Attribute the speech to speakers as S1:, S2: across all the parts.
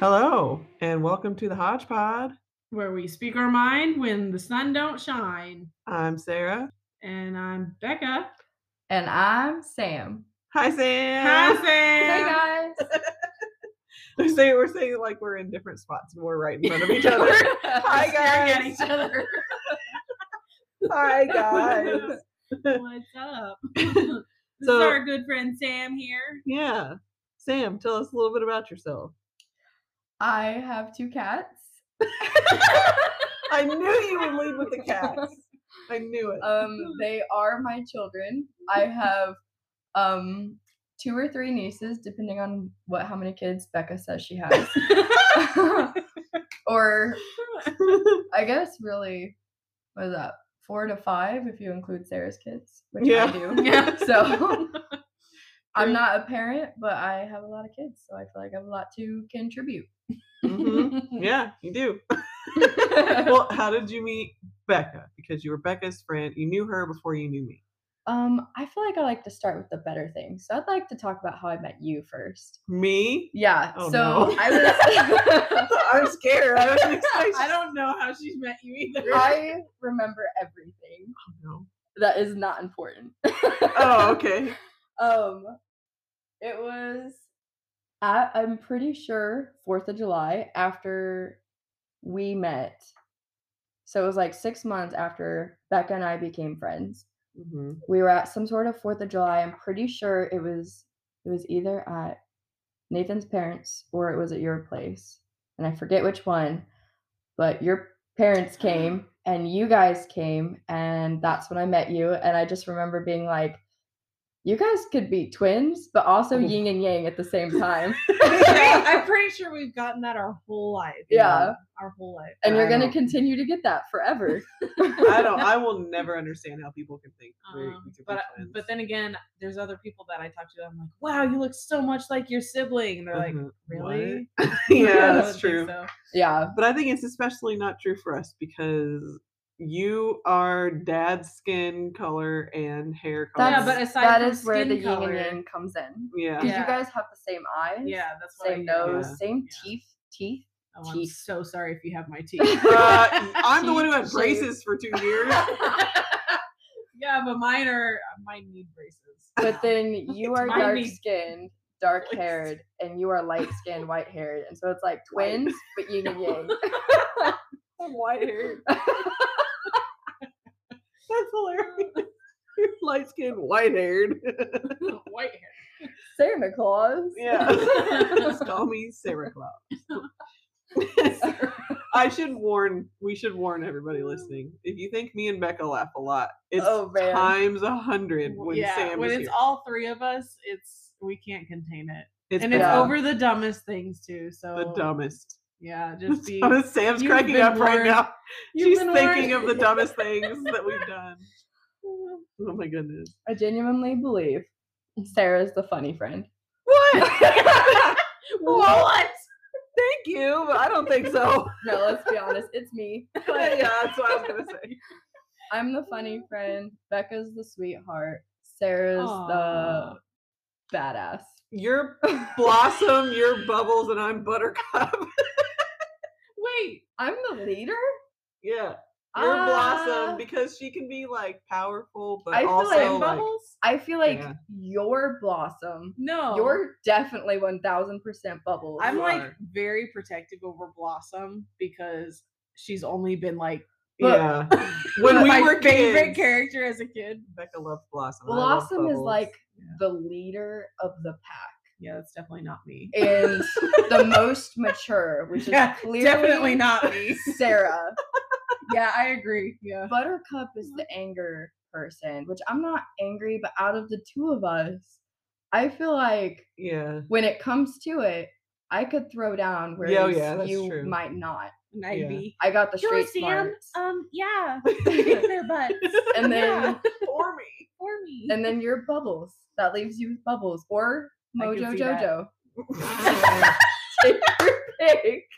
S1: Hello, and welcome to the Hodge Pod.
S2: where we speak our mind when the sun don't shine.
S1: I'm Sarah.
S2: And I'm Becca.
S3: And I'm Sam.
S1: Hi, Sam.
S2: Hi, Sam.
S3: Hey guys.
S1: We're saying, we're saying like we're in different spots and we're right in front of each other. Hi,
S3: Staring at
S1: guys.
S3: each other.
S1: Hi, guys.
S2: What's up? this
S1: So-
S2: is our good friend Sam here.
S1: Yeah. Sam, tell us a little bit about yourself.
S3: I have two cats.
S1: I knew you would lead with the cats. I knew it.
S3: um, they are my children. I have um two or three nieces, depending on what how many kids Becca says she has. or I guess really what is that? Four to five if you include Sarah's kids, which
S1: Yeah.
S3: I do.
S2: yeah.
S3: So
S1: True.
S3: I'm not a parent, but I have a lot of kids, so I feel like I have a lot to contribute.
S1: Mhm.
S2: Mm-hmm.
S1: Yeah, you do. Well, how did you meet Becca? Because you were Becca's friend. You knew her before you knew me.
S3: um, I feel like I like to start with the better things. So I'd like to talk about how I met you first.
S1: Me?
S3: Yeah.
S1: Oh,
S3: so
S1: no.
S3: I was
S1: I'm scared. I wasn't expecting.
S2: I don't know how she's met you either.
S3: I remember everything.
S1: know.
S3: That is not important.
S1: Oh, okay.
S3: Um, it was. I, I'm pretty sure Fourth of July after we met. So it was like six months after Becca and I became friends.
S1: hmm
S3: We were at some sort of Fourth of July. I'm pretty sure it was it was either at Nathan's parents or it was at your place, and I forget which one. But your parents
S2: Uh-huh.
S3: came and you guys came, and that's when I met you. And I just remember being like, "You guys could be twins, but
S2: Oh.
S3: also yin and yang at the same time."
S2: Yeah, I'm pretty sure we've gotten that our whole life.
S3: Yeah.
S2: Our whole life.
S3: and you're
S1: I
S3: gonna
S1: don't-
S3: continue to get that forever.
S1: I don't. I will never understand how people can think. we- we
S2: Um,
S1: could be
S2: but
S1: twins.
S2: but then again, there's other people that I talk to. I'm like, wow, you look so much like your sibling, and they're like,
S1: Mhm.
S2: really?
S1: What?
S2: I
S1: yeah,
S2: don't
S1: that's
S2: think
S1: true.
S2: so.
S3: yeah,
S1: But I think it's especially not true for us because you are dad's skin color and hair color.
S2: Yeah,
S3: that's,
S2: but aside
S3: that
S2: from
S3: is where
S2: skin
S3: the
S2: color-
S3: yin and yang comes in.
S1: yeah.
S3: Because
S2: Yeah.
S3: you guys have the same eyes.
S2: Yeah, that's what I
S3: same
S2: get.
S3: nose,
S1: Yeah.
S3: same
S2: Yeah.
S3: teeth, teeth.
S2: Oh, I'm
S3: Teeth.
S2: so sorry if you have my teeth.
S1: Uh, I'm the one who
S3: Cheek
S1: had
S3: shape.
S1: braces for two years.
S2: yeah, but mine are mine need uh, braces.
S3: But then you are
S2: Mine
S3: dark
S2: needs-
S3: skinned, dark haired, and you are light skinned, white haired. And so it's like
S1: White.
S3: twins, but yin and yang.
S1: I'm white haired. That's hilarious. You're light skinned, white haired.
S2: white
S3: Santa Claus.
S1: Yeah. Just call me Sarah Claus.
S2: hair.
S1: I should warn. We should warn everybody listening. If you think me and Becca laugh a lot, it's
S3: Oh, man.
S1: times a hundred when
S2: yeah,
S1: Sam
S2: when
S1: is
S2: it's
S1: here.
S2: all three of us, it's we can't contain it,
S1: It's
S2: and
S1: been
S2: it's
S3: bad.
S2: over the dumbest things too. So
S1: the dumbest.
S2: Yeah, just be.
S1: Sam's
S2: you've
S1: cracking
S2: been
S1: up right
S2: warned.
S1: now.
S2: You've
S1: She's
S2: been
S1: thinking
S2: warned.
S1: of the dumbest things that we've done. Oh my goodness!
S3: I genuinely believe Sarah's the funny friend.
S1: What?
S2: what?
S1: Thank you, but I don't think so.
S3: No, let's be honest, it's me.
S1: yeah, that's what I was gonna say.
S3: I'm the funny friend. Becca's the sweetheart. Sarah's
S2: Aw.
S3: the badass.
S1: You're blossom, you're bubbles, and I'm buttercup.
S2: Wait,
S3: I'm the leader.
S1: Yeah. You're
S3: Ah.
S1: blossom because she can be like powerful, but
S3: I feel
S1: also
S3: like
S2: Sand
S1: like,
S2: bubbles?
S3: I feel like
S1: Yeah.
S3: you're Blossom.
S2: No,
S3: You're definitely 1000% bubbles.
S2: I'm
S1: You
S2: like
S1: are.
S2: very protective over Blossom because she's only been like
S3: But-
S1: yeah. When we
S2: my
S1: were
S2: favorite
S1: kids,
S2: character as a kid.
S1: Becca loved Blossom. I loved
S3: Blossom is
S1: Bubbles.
S3: like the leader of the pack
S2: Yeah, that's definitely not me.
S3: and the most mature, which is
S2: Yeah,
S3: clearly
S2: Definitely not me.
S3: Sarah.
S2: yeah, I agree. Yeah.
S3: Buttercup is the anger person, which I'm not angry, but out of the two of us, I feel like
S1: yeah,
S3: when it comes to it, I could throw down where
S1: Yeah, oh yeah, that's
S3: you
S1: true.
S3: might not.
S2: And
S1: Yeah.
S2: I'd be.
S3: I got the straight smarts.
S2: Um. Yeah. kick their butts
S3: and then
S2: yeah.
S1: for me.
S2: for me.
S3: and then your bubbles. That leaves you with bubbles or
S2: I can
S3: Mojo
S2: see that.
S3: Jojo.
S1: I
S3: Take your pick.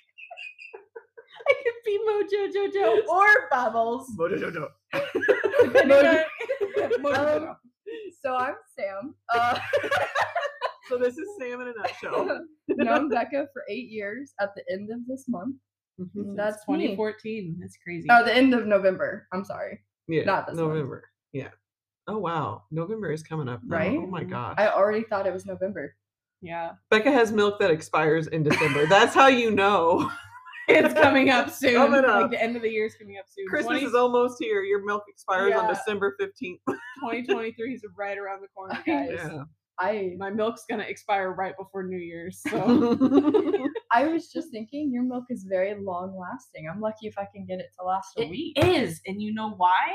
S2: I could be Mojo Jojo or Bubbles.
S3: Mojo-
S2: Mojo.
S3: Um, so I'm Sam. Uh,
S1: So this is Sam in a nutshell.
S3: Known Becca for eight years at the end of this month.
S1: Mhm.
S3: That's me.
S2: 2014. That's crazy.
S3: Oh, the end of November. I'm sorry.
S1: Yeah,
S3: Not this month.
S1: November. Yeah. Oh wow, November is coming up, now.
S3: Right?
S1: Oh my
S2: Mhm.
S1: gosh,
S3: I already thought it was November.
S2: yeah.
S1: Becca has milk that expires in December. That's how you know
S2: It's coming up soon.
S1: Coming up.
S2: Like the end of the year is coming up soon.
S1: Christmas
S2: 20
S1: is almost here. Your milk expires on
S2: Yeah.
S1: December fifteenth.
S2: 2023 is right around the corner, guys.
S1: Yeah.
S3: I
S2: My milk's gonna expire right before New Year's. So
S1: So.
S3: I was just thinking your milk is very long lasting. I'm lucky if I can get it to last a week.
S2: is, and you know why?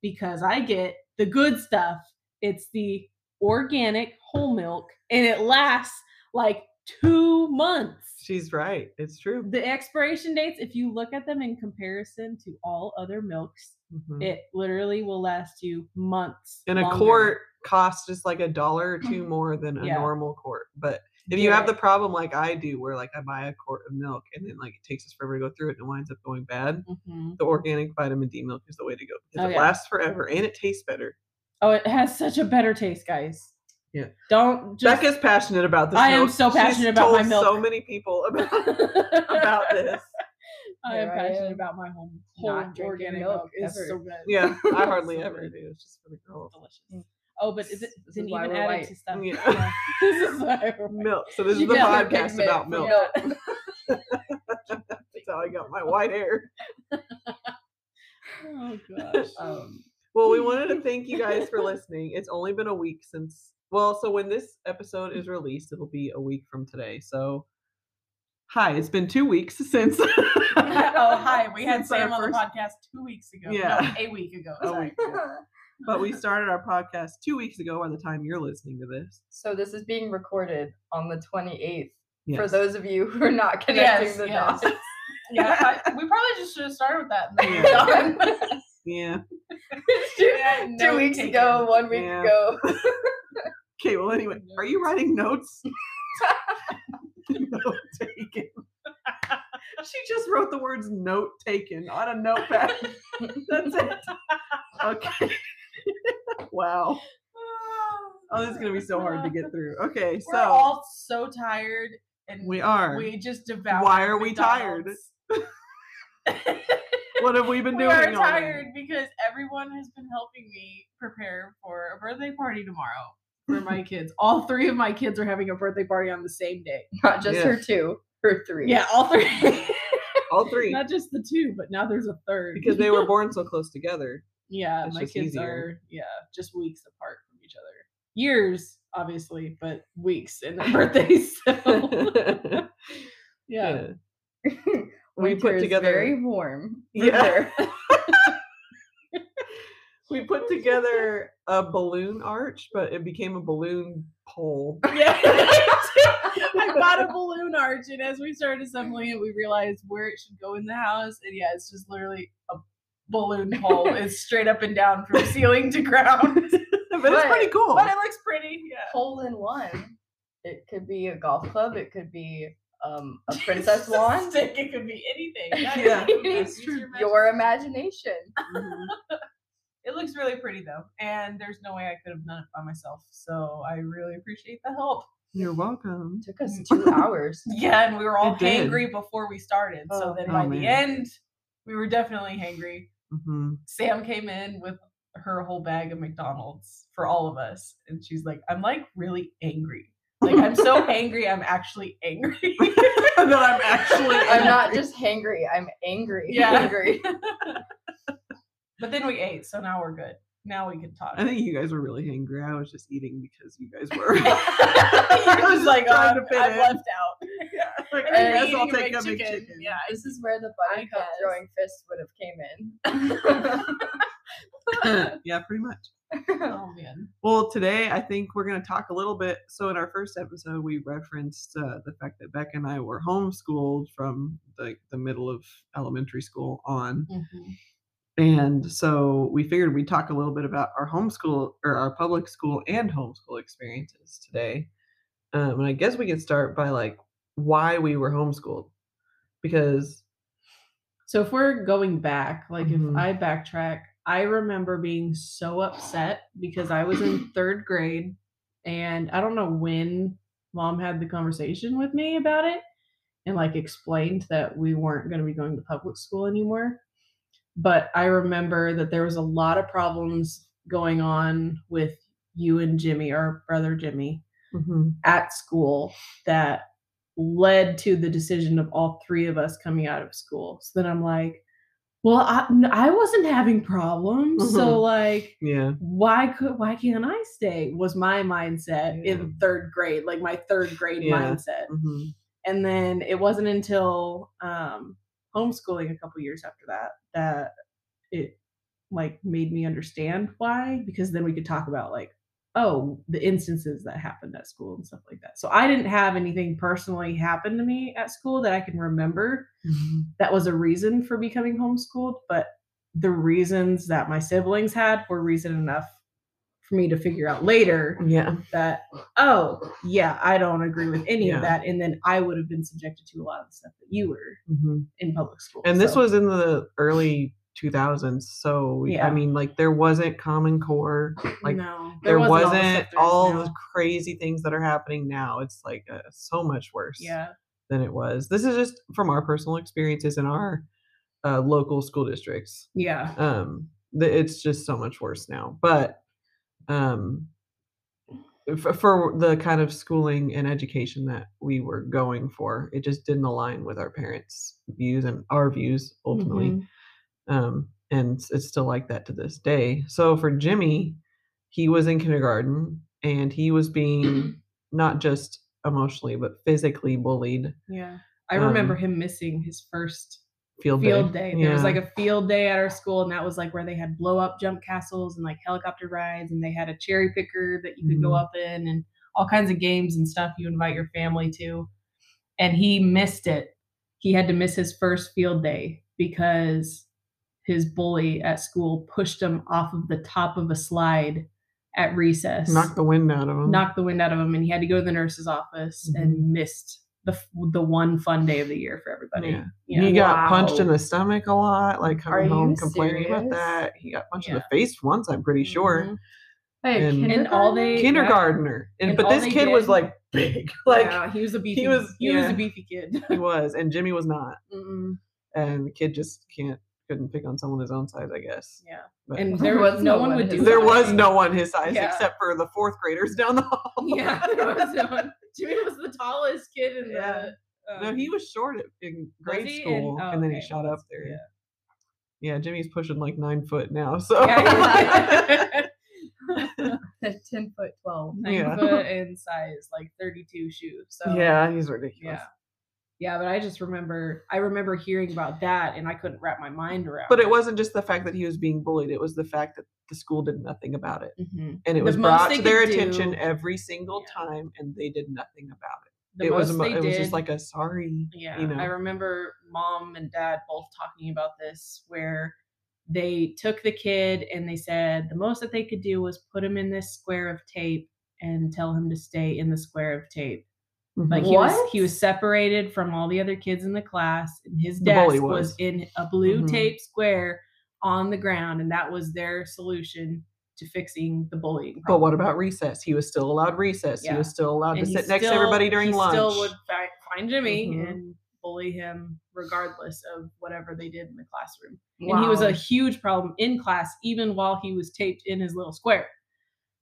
S2: Because I get the good stuff. It's the organic whole milk, and it lasts like two months.
S1: She's right. It's true.
S2: The expiration dates, if you look at them in comparison to all other milks,
S1: Mhm.
S2: it literally will last you months.
S1: and a
S2: longer.
S1: quart costs just like a dollar or two more than a
S2: Yeah.
S1: normal quart. But if you have
S2: Yeah.
S1: the problem like I do, where like I buy a quart of milk and then like it takes us forever to go through it and it winds up going bad,
S2: Mhm.
S1: the organic vitamin D milk is the way to go because
S2: Oh,
S1: it
S2: yeah.
S1: lasts forever and it tastes better.
S2: Oh, it has such a better taste, guys.
S1: Yeah.
S2: Don't just
S1: Becca's passionate about this.
S2: I am
S1: milk.
S2: so
S1: She's
S2: passionate about my
S1: told So
S2: milk.
S1: many people about about
S2: about
S1: this.
S2: I am
S3: Here I
S2: passionate
S3: am,
S2: about my home whole
S3: not drinking
S2: organic
S3: milk
S2: milk. It's
S3: ever.
S2: so good.
S1: Yeah, I hardly
S2: So
S1: ever
S2: good.
S1: do. It's just for the girls.
S2: Delicious.
S3: Mm.
S2: Oh, but is it
S3: This is
S2: didn't
S3: why
S2: even
S3: we're
S2: add
S3: white.
S2: it to stuff.
S1: Yeah.
S2: this is why we're white.
S1: Milk. So this
S3: You
S1: is the
S3: got your
S1: podcast
S3: pigment
S1: about
S3: from
S1: milk. That's how I got my white hair.
S2: Oh gosh.
S3: Um,
S1: Well, we wanted to thank you guys for listening. It's only been a week since, well, so when this episode is released, it'll be a week from today. So, hi, it's been two weeks since.
S2: oh hi, we had
S1: since our
S2: Sam on the
S1: first-
S2: podcast two weeks ago.
S1: Yeah.
S2: no, a week ago.
S1: A
S2: sorry.
S1: week ago. But we started our podcast two weeks ago by the time you're listening to this.
S3: so this is being recorded on the 28th. For
S1: Yes.
S3: those of you who are not connecting
S2: Yes,
S3: the
S2: yes.
S3: dots,
S2: yeah, I- we probably just should have started with that. and then
S1: Yeah.
S2: we're done.
S1: Yeah.
S2: Yeah,
S3: two
S2: note
S3: weeks
S2: taken.
S3: ago, one week
S1: Yeah.
S3: ago.
S1: Okay, well, anyway, are you writing notes? note taken. she just wrote the words note taken on a notepad. That's it. Okay. wow. Oh, this is gonna be so hard to get through. Okay,
S2: We're
S1: so
S2: all so tired, and
S1: we are.
S2: we just devoured.
S1: Why are we tired?
S2: McDonald's.
S1: what have we been
S2: we
S1: doing?
S2: are
S1: all day?
S2: tired because everyone has been helping me prepare for a birthday party tomorrow for my kids. All three of my kids are having a birthday party on the same day.
S3: Not just
S1: Yeah.
S3: her two, her three.
S2: Yeah, all three.
S1: All three,
S2: Not just the two, but now there's a third.
S1: because they were born so close together.
S2: yeah,
S1: it's
S2: my
S1: just
S2: kids
S1: easier.
S2: are yeah just weeks apart from each other. Years, obviously, but weeks in their birthdays. So yeah.
S1: Yeah. We
S3: we
S1: put together-
S3: very warm. for
S1: Yeah.
S3: her.
S1: We put together a balloon arch, but it became a balloon pole.
S2: Yeah. I bought a balloon arch, and as we started assembling it, we realized where it should go in the house. And yeah, it's just literally a balloon pole. it's straight up and down from ceiling to ground.
S1: but it's pretty
S3: But-
S1: cool.
S2: But it looks pretty. Yeah.
S3: hole in one. It could be a golf club. It could be um, a princess wand.
S2: Stick, It could be anything.
S1: Yeah,
S2: Use
S3: that's
S2: your
S1: true.
S2: imagination.
S3: Your imagination.
S1: Mhm.
S2: It looks really pretty though, and there's no way I could have done it by myself. So I really appreciate the help.
S1: You're welcome.
S3: It took
S1: Mm.
S3: us two hours.
S2: Yeah, and we were all
S1: It did.
S2: hangry before we started.
S3: Oh.
S2: So then
S1: Oh,
S2: by
S1: man.
S2: the end, we were definitely hangry.
S1: hmm
S2: Sam came in with her whole bag of McDonald's for all of us, and she's like, "I'm like really angry. Like I'm so angry. I'm actually angry."
S1: that I'm actually.
S3: I'm not just hangry. I'm angry.
S2: Yeah.
S3: Angry.
S2: but then we ate, so now we're good. Now we can talk.
S1: I think you guys were really hungry. I was just eating because you guys were.
S2: I was like, oh,
S1: trying
S2: I'm,
S1: to fit
S2: I'm
S1: in.
S2: left out.
S1: like,
S2: And
S1: I
S2: we were
S1: guess I'll
S2: eating
S1: take a
S2: McChicken.
S1: big chicken.
S2: Yeah,
S3: This is where the
S2: I
S3: buttercup
S2: guess.
S3: throwing fist would have came in.
S1: yeah, pretty much.
S2: oh man.
S1: Well, today I think we're going to talk a little bit. So, in our first episode, we referenced uh, the fact that Becca and I were homeschooled from like the middle of elementary school on, and so we figured we'd talk a little bit about our homeschool or our public school and homeschool experiences today. Um, and I guess we could start by like why we were homeschooled, because
S2: So if we're going back, like
S1: Mhm.
S2: if I backtrack, I remember being so upset because I was in third grade and I don't know when mom had the conversation with me about it and like explained that we weren't going to be going to public school anymore. But I remember that there was a lot of problems going on with you and Jimmy, our brother Jimmy,
S1: Mhm.
S2: at school that led to the decision of all three of us coming out of school. So then I'm like, well, I, n- I wasn't having problems. So
S1: Mhm.
S2: like,
S1: Yeah.
S2: why could why can't I stay? Was my mindset
S1: Yeah.
S2: in third grade, like my third grade
S1: Yeah.
S2: mindset.
S1: hmm
S2: And then it wasn't until um, homeschooling a couple years after that that it like made me understand why. Because then we could talk about like, oh, the instances that happened at school and stuff like that. So I didn't have anything personally happen to me at school that I can remember
S1: Mm-hmm.
S2: that was a reason for becoming homeschooled, but the reasons that my siblings had were reason enough for me to figure out later
S1: Yeah.
S2: that, oh, yeah, I don't agree with any
S1: Yeah.
S2: of that. And then I would have been subjected to a lot of the stuff that you were
S1: hmm
S2: in public school.
S1: And this
S2: Mm-hmm. So,
S1: was in the early 2000s, so we, I
S2: Yeah.
S1: mean, like there wasn't Common Core, like
S2: no,
S1: there,
S2: all the
S1: wasn't,
S2: stuff there is
S1: all
S2: now.
S1: the crazy things that are happening now. It's like uh, so much worse
S2: yeah.
S1: than it was. This is just from our personal experiences in our uh, local school districts.
S2: Yeah.
S1: um th- it's just so much worse now but um for, for the kind of schooling and education that we were going for it just didn't align with our parents views and our views ultimately
S2: Mhm.
S1: um and it's- it's still like that to this day so for jimmy he was in kindergarten and he was being not just emotionally but physically bullied
S2: Mm-hmm. Yeah. I remember
S1: Um,
S2: him missing his first
S1: field,
S2: field day. There was
S1: Yeah.
S2: like a field day at our school, and that was like where they had blow up jump castles and like helicopter rides, and they had a cherry picker that you could go
S1: Mhm.
S2: up in, and all kinds of games and stuff you invite your family to. And he missed it. He had to miss his first field day because his bully at school pushed him off of the top of a slide at recess
S1: knocked the wind out of him Mm-hmm.
S2: knocked the wind out of him and he had to go to the nurse's office and missed the f- the one fun day of the year for everybody.
S1: Yeah.
S2: Yeah.
S1: He got punched in
S3: Wow.
S1: the stomach a lot, like coming
S3: Are
S1: home
S3: you
S1: complaining about
S3: serious?
S1: that. He got punched in
S2: Yeah. Mm-hmm.
S1: the face once, I'm pretty sure.
S3: Wait,
S1: And-
S2: And all
S3: kindergarten?
S2: they-
S1: Kindergartner. And,
S2: And
S1: but
S2: all
S1: this
S2: they
S1: kid was
S2: did-
S1: like big. Like
S2: Yeah, he was a beefy.
S1: was-
S2: he was
S1: yeah.
S2: a beefy kid.
S1: he was. And Jimmy was not.
S2: Mm-mm.
S1: And the kid just can't couldn't pick on someone his own size, I guess.
S2: Yeah,
S1: But
S2: and
S3: There
S2: there was
S3: was
S2: no
S3: no
S2: one
S3: one
S2: would
S3: his
S2: do.
S1: there
S3: size.
S2: that.
S1: was no one his size
S2: Yeah.
S1: except for the fourth graders down the hall.
S2: Yeah, there was no one. Jimmy was the tallest kid in
S1: Yeah.
S2: the. Um,
S1: no, he was short at- in grade
S2: he? In-
S1: school
S2: oh,
S1: and then he
S2: okay,
S1: shot
S2: well,
S1: up there.
S2: yeah.
S1: Yeah. Jimmy's pushing like nine foot now. So
S2: Yeah,
S3: ten foot twelve.
S2: nine
S1: Yeah.
S2: foot in size, like thirty-two shoes. So
S1: Yeah, he's ridiculous.
S2: yeah, yeah. But I just remember, I remember hearing about that, and I couldn't wrap my mind around.
S1: But it wasn't just the fact that he was being bullied, it was the fact that the school did nothing about it.
S2: Mhm.
S1: And it
S2: The
S1: was
S2: most
S1: brought
S2: they
S1: to their
S2: could
S1: attention
S2: do-
S1: every single
S2: Yeah.
S1: time and they did nothing about it.
S2: The
S1: it was
S2: most
S1: mo-
S2: they
S1: it was just
S2: did-
S1: like a sorry.
S2: Yeah,
S1: you know.
S2: I remember mom and dad both talking about this where they took the kid and they said the most that they could do was put him in this square of tape and tell him to stay in the square of tape.
S1: Mm-hmm.
S2: Like he was he
S3: What?
S2: was separated from all the other kids in the class and his
S1: The bully
S2: desk was.
S1: was.
S2: in a blue
S1: Mhm.
S2: tape square on the ground and that was their solution to fixing the bullying
S1: but
S2: problem.
S1: what about recess? He was still allowed recess. He
S2: Yeah.
S1: was still allowed
S2: And
S1: to
S2: he
S1: sit next to
S2: still-
S1: everybody during
S2: he
S1: lunch.
S2: Still would fi- find Jimmy
S1: Mhm.
S2: and bully him regardless of whatever they did in the classroom. And he was a huge problem in class, even while he was taped in his little square.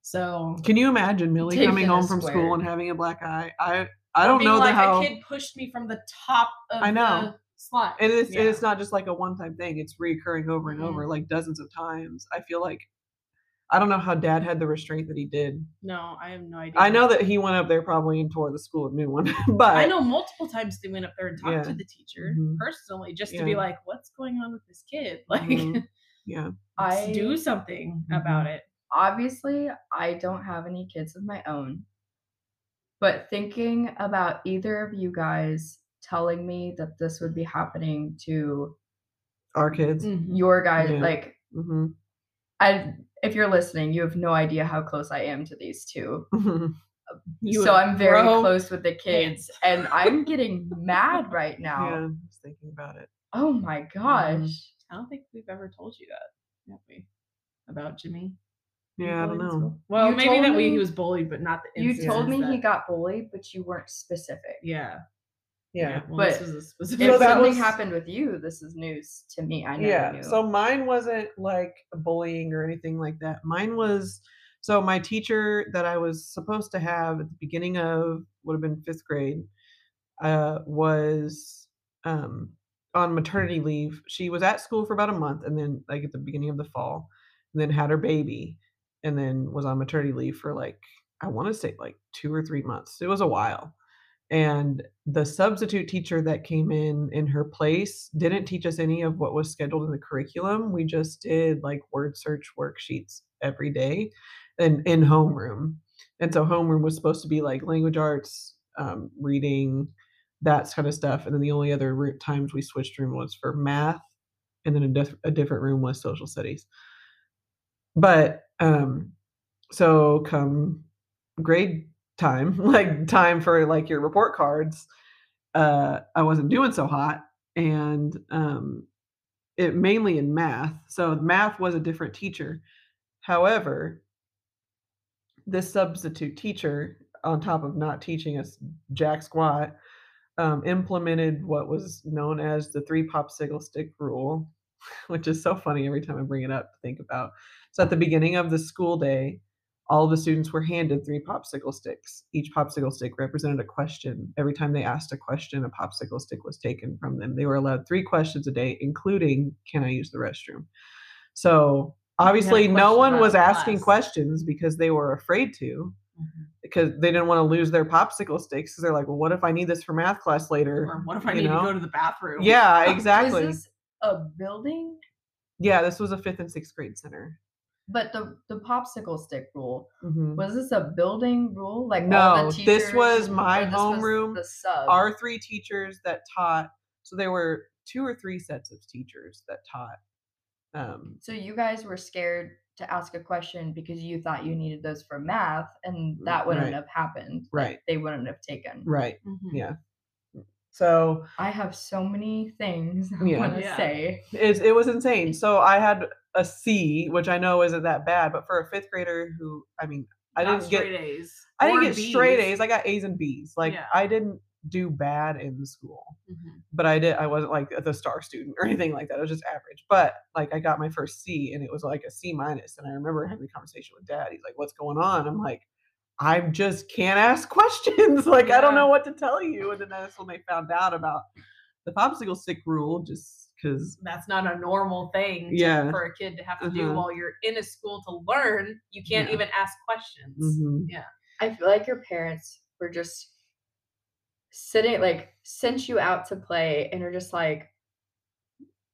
S2: So
S1: Can you imagine Millie
S3: Taped
S1: coming
S3: in a
S1: home from school
S3: square.
S1: and having a black eye? I I
S2: Or
S1: don't
S2: being
S1: know the
S2: like,
S1: how.
S2: a kid pushed me from the top of
S1: I know.
S2: the slide.
S1: And it's
S2: Yeah. Mm-hmm.
S1: and it's not just like a one time thing. It's reoccurring over and over, like dozens of times. I feel like I don't know how Dad had the restraint that he did
S2: no, I have no idea.
S1: I know that he went up there probably and tore the school a new one, but
S2: I know multiple times they went up there and talked
S1: Yeah.
S2: to the teacher
S1: Mhm.
S2: personally just to be
S1: Yeah.
S2: like, what's going on with this kid? Like,
S1: Mhm. yeah,
S3: I
S2: do something
S1: Mm-hmm.
S2: about it.
S3: obviously I don't have any kids of my own, but thinking about either of you guys telling me that this would be happening to
S1: our kids.
S3: your guys,
S1: Yeah.
S3: like
S2: Mm.
S1: hmm
S3: I, if you're listening, you have no idea how close I am to these two.
S1: Mm-hmm.
S2: You
S3: so
S2: would
S3: I'm very
S2: grow-
S3: close with the kids, and I'm getting mad right now.
S1: Yeah, Mm-hmm. I was thinking about it.
S3: Oh my gosh.
S2: I don't think we've ever told you that, have we? About Jimmy?
S1: Yeah, I don't
S3: Bullied in
S1: know.
S3: school?
S2: Well,
S3: You
S2: maybe
S3: told
S2: that way he
S3: me-
S2: was bullied, but not the.
S3: You
S2: instances
S3: told me he
S2: that-
S3: got bullied, but you weren't specific.
S2: Yeah.
S1: Yeah.
S2: Well, this
S3: But
S2: was a specific.
S3: If
S1: So that
S3: something
S1: was-
S3: happened with you, this is news to me. I never
S1: yeah
S3: knew.
S1: so mine wasn't like bullying or anything like that mine was so my teacher that i was supposed to have at the beginning of would have been fifth grade uh, was um, on maternity leave she was at school for about a month and then like at the beginning of the fall and then had her baby and then was on maternity leave for like i want to say like two or three months it was a while and the substitute teacher that came in in her place didn't teach us any of what was scheduled in the curriculum. We just did like word search worksheets every day and in homeroom. And so homeroom was supposed to be like language arts, um, reading, that kind of stuff. And then the only other ro- times we switched room was for math, and then a, diff- a different room was social studies. But um, so come grade time, like time for like your report cards, uh, I wasn't doing so hot, and um, it mainly in math. So math was a different teacher. However, this substitute teacher, on top of not teaching us jack squat, um, implemented what was known as the three popsicle stick rule, which is so funny every time I bring it up to think about. So at the beginning of the school day, all the students were handed three popsicle sticks. Each popsicle stick represented a question. Every time they asked a question, a popsicle stick was taken from them. They were allowed three questions a day, including can I use the restroom? So
S2: had a
S1: obviously, no
S2: question
S1: one
S2: about
S1: was
S2: the
S1: asking
S2: class.
S1: questions because they were afraid to, because they didn't want to lose their popsicle sticks. Because they're like, well, what if I need this for math class later?
S2: Or what if I
S1: you
S2: need
S1: know?
S2: to go to the bathroom?
S1: Yeah, exactly.
S3: Was this a building?
S1: yeah, this was a fifth and sixth grade center.
S3: But the the popsicle stick rule
S1: Mhm.
S3: was this a building rule? Like all
S1: No,
S3: the
S1: this
S3: teachers-
S1: was my
S3: or this was
S1: homeroom,
S3: The sub.
S1: our three teachers that taught so there were two or three sets of teachers that taught um
S3: so you guys were scared to ask a question because you thought you needed those for math, and that wouldn't
S1: Right.
S3: have happened.
S1: right
S3: They wouldn't have taken.
S1: right
S2: Mhm.
S1: Yeah. so
S3: I have so many things I
S1: Yeah.
S3: want to
S2: Yeah.
S3: say.
S1: it's, it was insane so i had a c which i know isn't that bad but for a fifth grader who i mean i
S2: Not
S1: didn't get
S2: straight A's.
S1: i didn't
S2: or
S1: get straight
S2: B's.
S1: a's i got a's and b's like
S2: Yeah.
S1: i didn't do bad in school
S2: Mhm.
S1: but I did I wasn't like the star student or anything like that. I was just average. But like I got my first C and it was like a C minus. And I remember having a conversation with dad. He's like, What's going on? I'm like, I just can't ask questions. like I don't
S2: Yeah.
S1: know what to tell you. And then that's when they found out about the popsicle stick rule, just because
S2: That's not a normal thing to-
S1: Yeah.
S2: for a kid to have to do
S1: Uh-huh.
S2: while you're in a school to learn. You can't
S1: Yeah. Mm-hmm.
S2: even ask questions.
S3: I feel like your parents were just sitting, like, sent you out to play and are just like,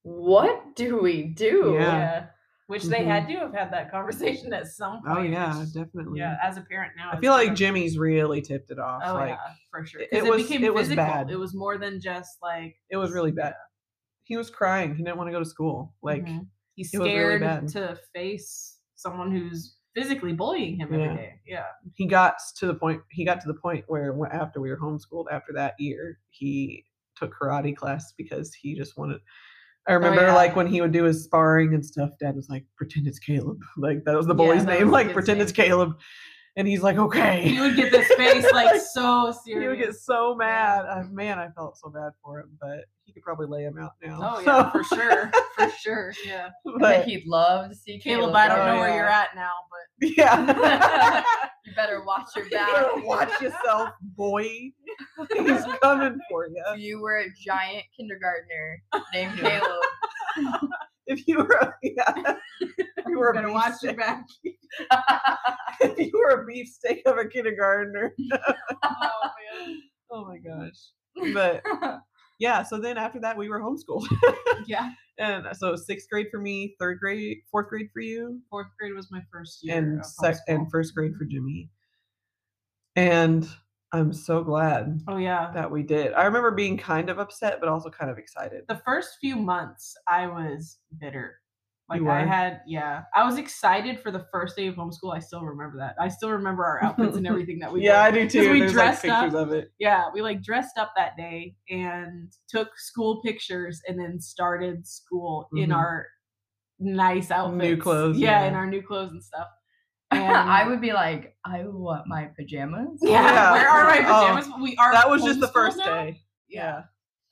S3: what do we do?
S1: Yeah. Mm-hmm.
S2: Which they had to have had that conversation at some point.
S1: oh yeah,
S2: which-
S1: definitely.
S2: Yeah, as a parent now.
S1: I
S2: it's
S1: feel
S2: kind
S1: like
S2: of-
S1: Jimmy's really tipped it off.
S2: Oh
S1: like
S2: yeah, for sure.
S1: it-
S2: 'Cause
S1: it
S2: it,
S1: was-
S2: became
S1: it was
S2: physical.
S1: bad.
S2: It was more than just like
S1: it was really bad. He was crying. He didn't want to go to school. Like
S2: Mhm. he's
S1: it was really
S2: scared
S1: bad.
S2: to face someone who's physically bullying him
S1: Yeah.
S2: every day. Yeah.
S1: he got to the point he got to the point where wh- after we were homeschooled after that year he took karate class because he just wanted
S2: Oh,
S1: i remember
S3: yeah.
S1: like when he would do his sparring and stuff dad was like pretend it's caleb like that was the
S2: Yeah,
S1: bully's
S2: that
S1: name
S2: was the
S1: like
S2: kid's
S1: pretend it's
S2: name.
S1: caleb and he's like
S2: He
S1: okay
S2: would get this face like so
S1: he would
S2: serious.
S1: get so mad Uh, man i felt so bad for him but he could probably lay him out now
S2: Oh yeah, for
S1: So,
S2: sure. For sure. Yeah.
S3: But
S1: but
S3: he'd love to see
S2: Caleb, I don't
S1: oh,
S2: know where
S1: yeah.
S2: you're at now,
S1: yeah
S2: but
S3: You better watch your
S1: You
S3: back.
S1: better watch yourself boy he's coming for you
S3: If you were a giant kindergartner named Caleb,
S1: if you were yeah, if you were a
S2: better
S1: beef
S2: watch your
S1: steak,
S2: back.
S1: if you were a beefsteak of a kindergartner.
S2: Oh man.
S1: Oh my gosh! But yeah, so then after that we were homeschooled,
S2: Yeah.
S1: and so sixth grade for me, third grade, fourth grade for you,
S2: Fourth grade was my first year.
S1: and
S2: of
S1: sec- and
S2: homeschool.
S1: first grade for Jimmy. And I'm so glad
S2: Oh yeah.
S1: that we did. I remember being kind of upset, but also kind of excited.
S2: The first few months I was bitter. Like
S1: You
S2: I
S1: were?
S2: had yeah. I was excited for the first day of homeschool. I still remember that. I still remember our outfits and everything that we
S1: yeah,
S2: wore.
S1: I do too.
S2: we
S1: There's like
S2: dressed up
S1: pictures of it.
S2: yeah, we like dressed up that day and took school pictures and then started school in
S1: Mhm.
S2: our nice outfits.
S1: clothes,
S2: Yeah,
S1: yeah.
S2: in our new clothes and stuff.
S3: I would be like, I want my pajamas.
S2: Yeah.
S1: Yeah.
S2: Where are my
S1: Oh,
S2: pajamas? we are.
S1: that was just the
S2: homeschooled
S1: first
S2: now?
S1: day.
S2: Yeah.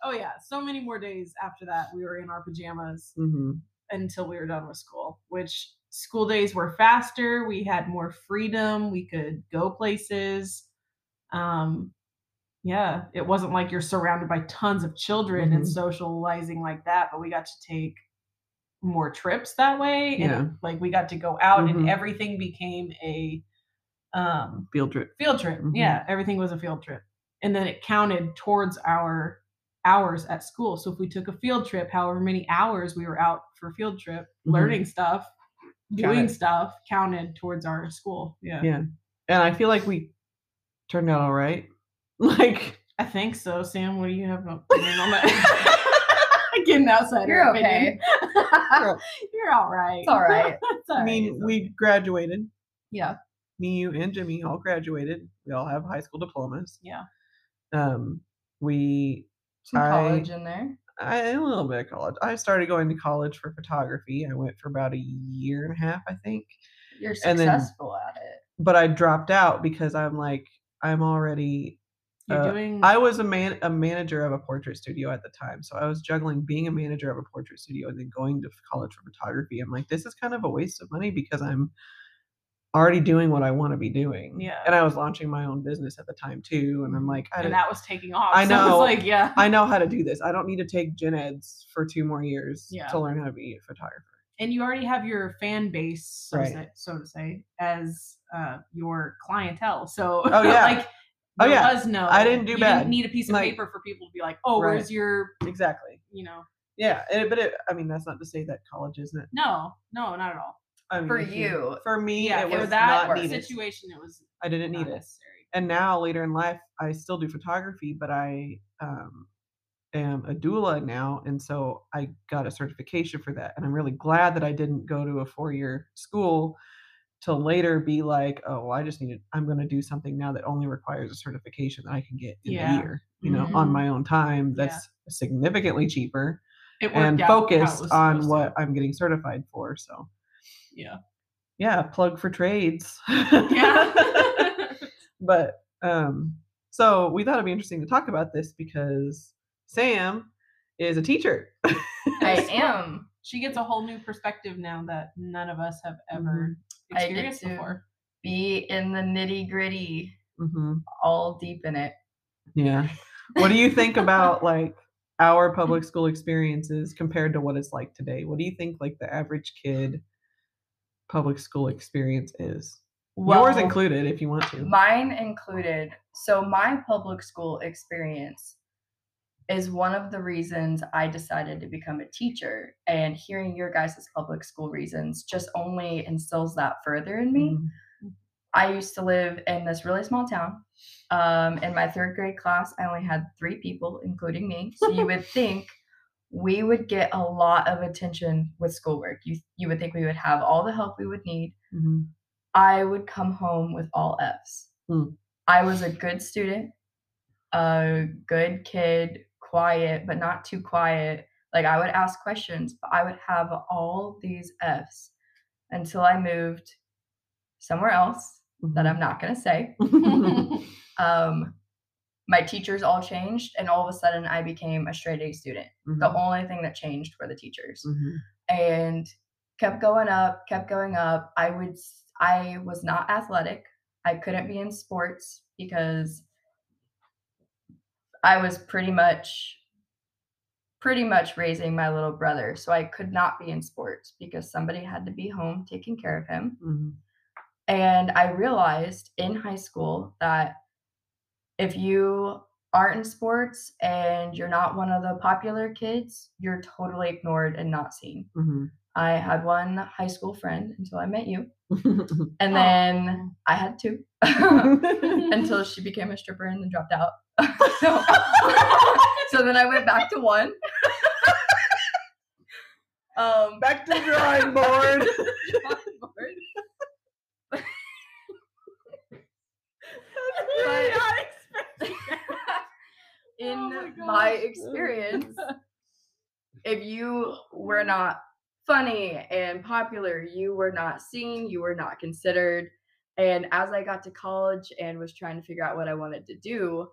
S2: Oh yeah. So many more days after that, we were in our pajamas
S1: Mm-hmm.
S2: until we were done with school. Which school days were faster. We had more freedom. We could go places. Um, yeah. It wasn't like you're surrounded by tons of children
S1: Mhm.
S2: and socializing like that. But we got to take more trips that way, and
S1: Yeah.
S2: like we got to go out,
S1: Mhm.
S2: and everything became a um
S1: Field trip.
S2: field trip.
S1: Mhm.
S2: Yeah, everything was a field trip. And then it counted towards our hours at school. So if we took a field trip, however many hours we were out for field trip,
S1: Mhm.
S2: learning stuff,
S1: Got
S2: doing
S1: it.
S2: stuff, counted towards our school. Yeah.
S1: Yeah. And I feel like we turned out all right. Like,
S2: I think so. Sam, what do you have op- opinion on that? Getting outside.
S3: You're okay.
S2: You're all right.
S3: It's all right.
S2: It's all
S1: I
S2: right.
S1: mean,
S2: It's all-
S1: we graduated.
S3: Yeah.
S1: Me, you, and Jimmy all graduated. We all have high school diplomas.
S2: Yeah.
S1: Um, we
S3: Some
S1: I-
S3: college in there.
S1: I a little bit of college. I started going to college for photography. I went for about a year and a half, I think.
S3: You're
S1: and then-
S3: successful at it.
S1: But I dropped out because I'm like, I'm already
S2: You're
S1: uh,
S2: doing
S1: I was a man a manager of a portrait studio at the time. So I was juggling being a manager of a portrait studio and then going to f- college for photography. I'm like, this is kind of a waste of money because I'm already doing what I want to be doing.
S2: Yeah.
S1: And I was launching my own business at the time too. And I'm like, I
S2: and
S1: don't
S2: that was taking off.
S1: I
S2: So
S1: know.
S2: it's like, yeah.
S1: I know how to do this. I don't need to take gen eds for two more years
S2: Yeah.
S1: to learn how to be a photographer.
S2: and you already have your fan base, so,
S1: Right.
S2: to, say, so to say, as uh, your clientele. So,
S1: Oh, yeah.
S2: like,
S1: Oh,
S2: there
S1: yeah.
S2: was no.
S1: I didn't do
S2: you
S1: bad.
S2: Didn't need a piece of
S1: Like-
S2: paper for people to be like, oh,
S1: Right.
S2: where's your,
S1: Exactly.
S2: you know,
S1: Yeah. and- but it, I mean, that's not to say that college isn't.
S2: no, no, not at all.
S1: I mean,
S3: For
S1: if
S3: you,
S1: For me,
S2: yeah,
S1: it
S2: for
S1: was
S2: that
S1: not
S3: works.
S1: needed.
S2: situation, it was
S1: I didn't
S2: not
S1: need it.
S2: necessary.
S1: and now later in life i still do photography but i um, am a doula now and so i got a certification for that and i'm really glad that i didn't go to a four-year school to later be like oh i just need to- i'm going to do something now that only requires a certification that i can get in
S2: Yeah. Mm-hmm.
S1: a year you know on
S3: Mhm.
S1: my own time
S2: Yeah.
S1: that's significantly cheaper
S2: It worked
S1: and
S2: out how it
S1: focused
S2: was supposed
S1: on
S2: to.
S1: what i'm getting certified for so
S2: Yeah.
S1: yeah plug for trades
S2: Yeah.
S1: but um so we thought it'd be interesting to talk about this because sam is a teacher
S3: I am.
S2: she gets a whole new perspective now that none of us have
S1: Mm-hmm.
S2: ever
S3: I get
S2: experienced
S3: to-
S2: before.
S3: Be in the nitty gritty,
S1: mm-hmm.
S3: all deep in it.
S1: yeah what do you think about like our public school experiences compared to what it's like today what do you think like the average kid public school experience is yours
S3: Well,
S1: included if you want to
S3: Mine included. So, my public school experience is one of the reasons I decided to become a teacher. And hearing your guys' public school reasons just only instills that further in me.
S1: Mhm.
S3: I used to live in this really small town. Um, in my third grade class, I only had three people, including me. So you would think we would get a lot of attention with schoolwork. You you would think we would have all the help we would need.
S1: Mhm.
S3: I would come home with all Fs.
S1: Hmm.
S3: I was a good student, a good kid, quiet, but not too quiet. Like I would ask questions, but I would have all these Fs until I moved somewhere else
S1: Mm-hmm. Hmm.
S3: that I'm not going to say. Um, my teachers all changed, and all of a sudden I became a straight A student. The
S1: Mhm.
S3: only thing that changed were the teachers
S1: Mhm.
S3: and kept going up, kept going up. I would s- I was not athletic. I couldn't be in sports because I was pretty much pretty much raising my little brother. So I could not be in sports because somebody had to be home taking care of him.
S1: Mhm.
S3: And I realized in high school that if you aren't in sports and you're not one of the popular kids, you're totally ignored and not seen.
S1: Mhm.
S3: I had one high school friend until I met you,
S1: Mm-hmm.
S3: and
S2: Oh.
S3: then I had two until she became a stripper and then dropped out. so, so then I went back to one. um,
S1: back to the drawing board
S3: But-
S2: not expecting
S3: in
S2: Oh my
S3: my
S2: gosh. Mm-hmm.
S3: experience, if you were not funny and popular. You were not seen, you were not considered. And as I got to college and was trying to figure out what I wanted to do,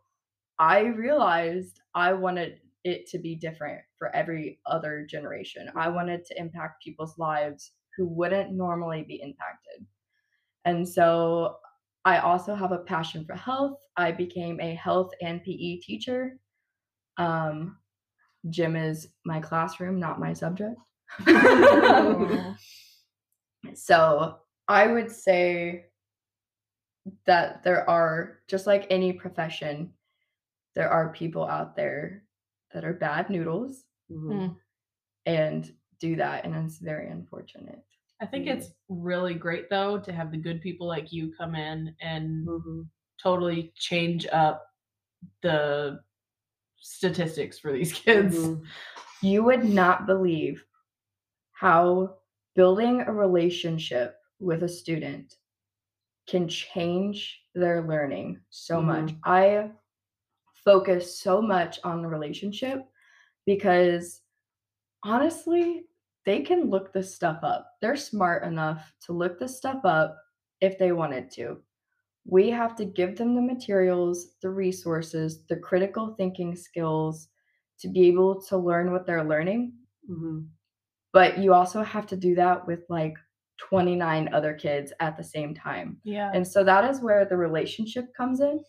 S3: I realized I wanted it to be different for every other generation. I wanted to impact people's lives who wouldn't normally be impacted. And so I also have a passion for health. I became a health and PE teacher. Um, gym is my classroom, not my subject. Oh. so I would say that there are, just like any profession, there are people out there that are bad noodles
S1: Mhm.
S3: and do that. And it's very unfortunate.
S2: I
S1: Hmm.
S2: think it's really great though to have the good people like you come in and
S1: Mhm.
S2: totally change up the statistics for these kids.
S1: Mhm.
S3: You would not believe how building a relationship with a student can change their learning so much. I focus so much on the relationship because honestly, they can look this stuff up. They're smart enough to look this stuff up if they wanted to. We have to give them the materials, the resources, the critical thinking skills to be able to learn what they're learning.
S1: Mhm.
S3: But you also have to do that with like 29 other kids at the same time.
S2: Yeah.
S1: E-,
S3: And so that is where the relationship comes in.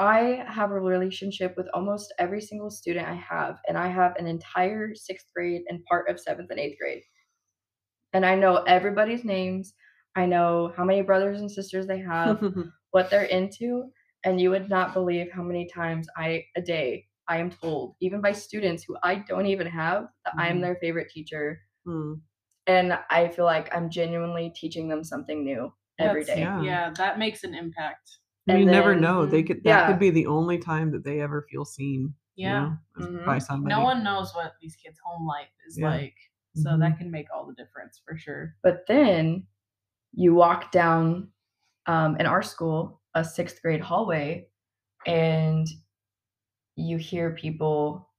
S3: I have a relationship with almost every single student I have, and I have an entire sixth grade and part of seventh and eighth grade. And I know everybody's names. I know how many brothers and sisters they have, what they're into, and you would not believe how many times I a day I am told, even by students who I don't even have, that I am
S1: Mhm.
S3: their favorite teacher.
S1: Mm.
S3: And I feel like I'm genuinely teaching them something new every
S2: That's-
S3: day.
S1: yeah.
S2: Yeah, that makes an impact.
S1: you
S3: And
S1: never
S3: then-
S1: know. They
S2: Mhm.
S1: could that
S3: Yeah.
S1: could be the only time that they ever feel seen. you
S2: Yeah. Mm-hmm.
S1: know,
S3: Mhm.
S1: By somebody.
S2: No one knows what these kids' home life is
S1: Yeah.
S2: like. So
S1: Mhm.
S2: that can make all the difference for sure.
S3: But then you walk down um, in our school a sixth grade hallway and you hear people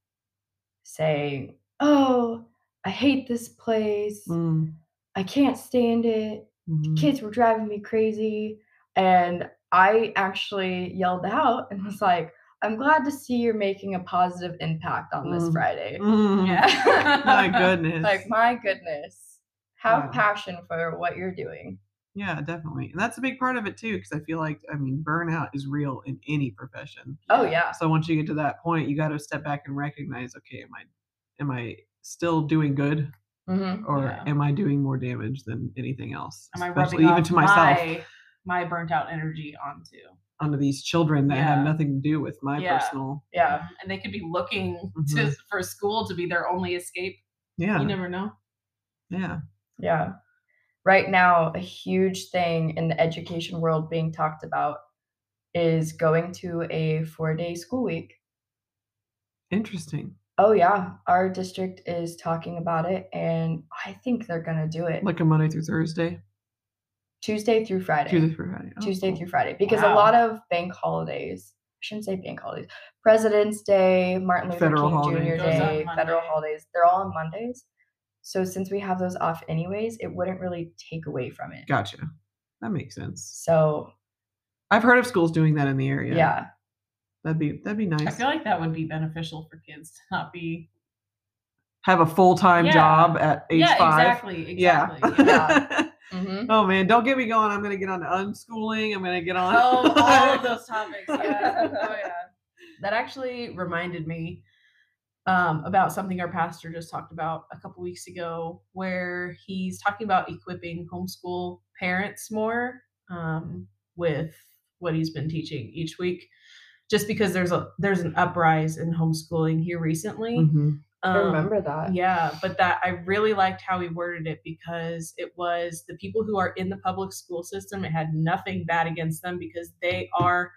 S3: say, Oh, I hate this place.
S1: Mm.
S3: I can't stand it.
S1: Mhm.
S3: Kids were driving me crazy. And I actually yelled out and was like, I'm glad to see you're making a positive impact on this
S1: Mm.
S3: Friday.
S1: Mm.
S2: Yeah.
S1: My goodness.
S3: Like, my goodness, have
S1: Wow.
S3: passion for what you're doing.
S1: yeah, definitely. And that's a big part of it too, because I feel like I mean burnout is real in any profession.
S3: Oh yeah.
S1: So once you get to that point, you got to step back and recognize, okay, am I am I still doing good
S3: Mm-hmm.
S1: or
S2: Yeah.
S1: am I doing more damage than anything else?
S2: Am I
S1: Especially
S2: rubbing
S1: even
S2: off
S1: to myself
S2: my, my burnt out energy onto? um,
S1: onto these children that
S2: Yeah.
S1: have nothing to do with my
S2: Yeah.
S1: personal
S3: Yeah.
S2: And they could be looking to
S1: Mhm.
S2: for school to be their only escape.
S1: Yeah.
S2: You never know.
S1: yeah.
S3: Yeah. Right now, a huge thing in the education world being talked about is going to a four-day school week.
S1: Interesting.
S3: Oh yeah, our district is talking about it, and I think they're gonna do it
S1: Like a Monday through Thursday.
S3: Tuesday through Friday.
S1: Tuesday through Friday. Oh,
S3: Tuesday
S1: cool.
S3: through Friday because
S2: Wow.
S3: a lot of bank holidays. I shouldn't say bank holidays. President's Day, Martin Luther
S1: Federal
S3: King
S1: holiday.
S3: Jr.
S2: Those on
S3: Day, federal
S2: Monday.
S3: holidays. They're all on Mondays. So since we have those off anyways, it wouldn't really take away from it.
S1: Gotcha. That makes sense.
S3: So
S1: I've heard of schools doing that in the area.
S3: yeah.
S1: That'd be that'd be
S2: I
S1: nice.
S2: feel like that would be beneficial for kids to not be.
S1: Have a full time
S2: Yeah.
S1: job at age
S2: yeah,
S1: five.
S2: exactly.
S1: Yeah.
S2: Exactly.
S3: Yeah.
S2: Mm-hmm.
S3: Mhm.
S1: oh man, don't get me going. I'm gonna get on to unschooling. I'm gonna get on.
S2: Oh, all of those topics. Yeah. Oh, yeah. That actually reminded me um, about something our pastor just talked about a couple weeks ago, where he's talking about equipping homeschool parents more um, with what he's been teaching each week. Just because there's a there's an uprise in homeschooling here recently.
S1: Mhm.
S3: I
S2: Um,
S3: remember that.
S2: Yeah, but that I really liked how he worded it because it was the people who are in the public school system, it had nothing bad against them because they are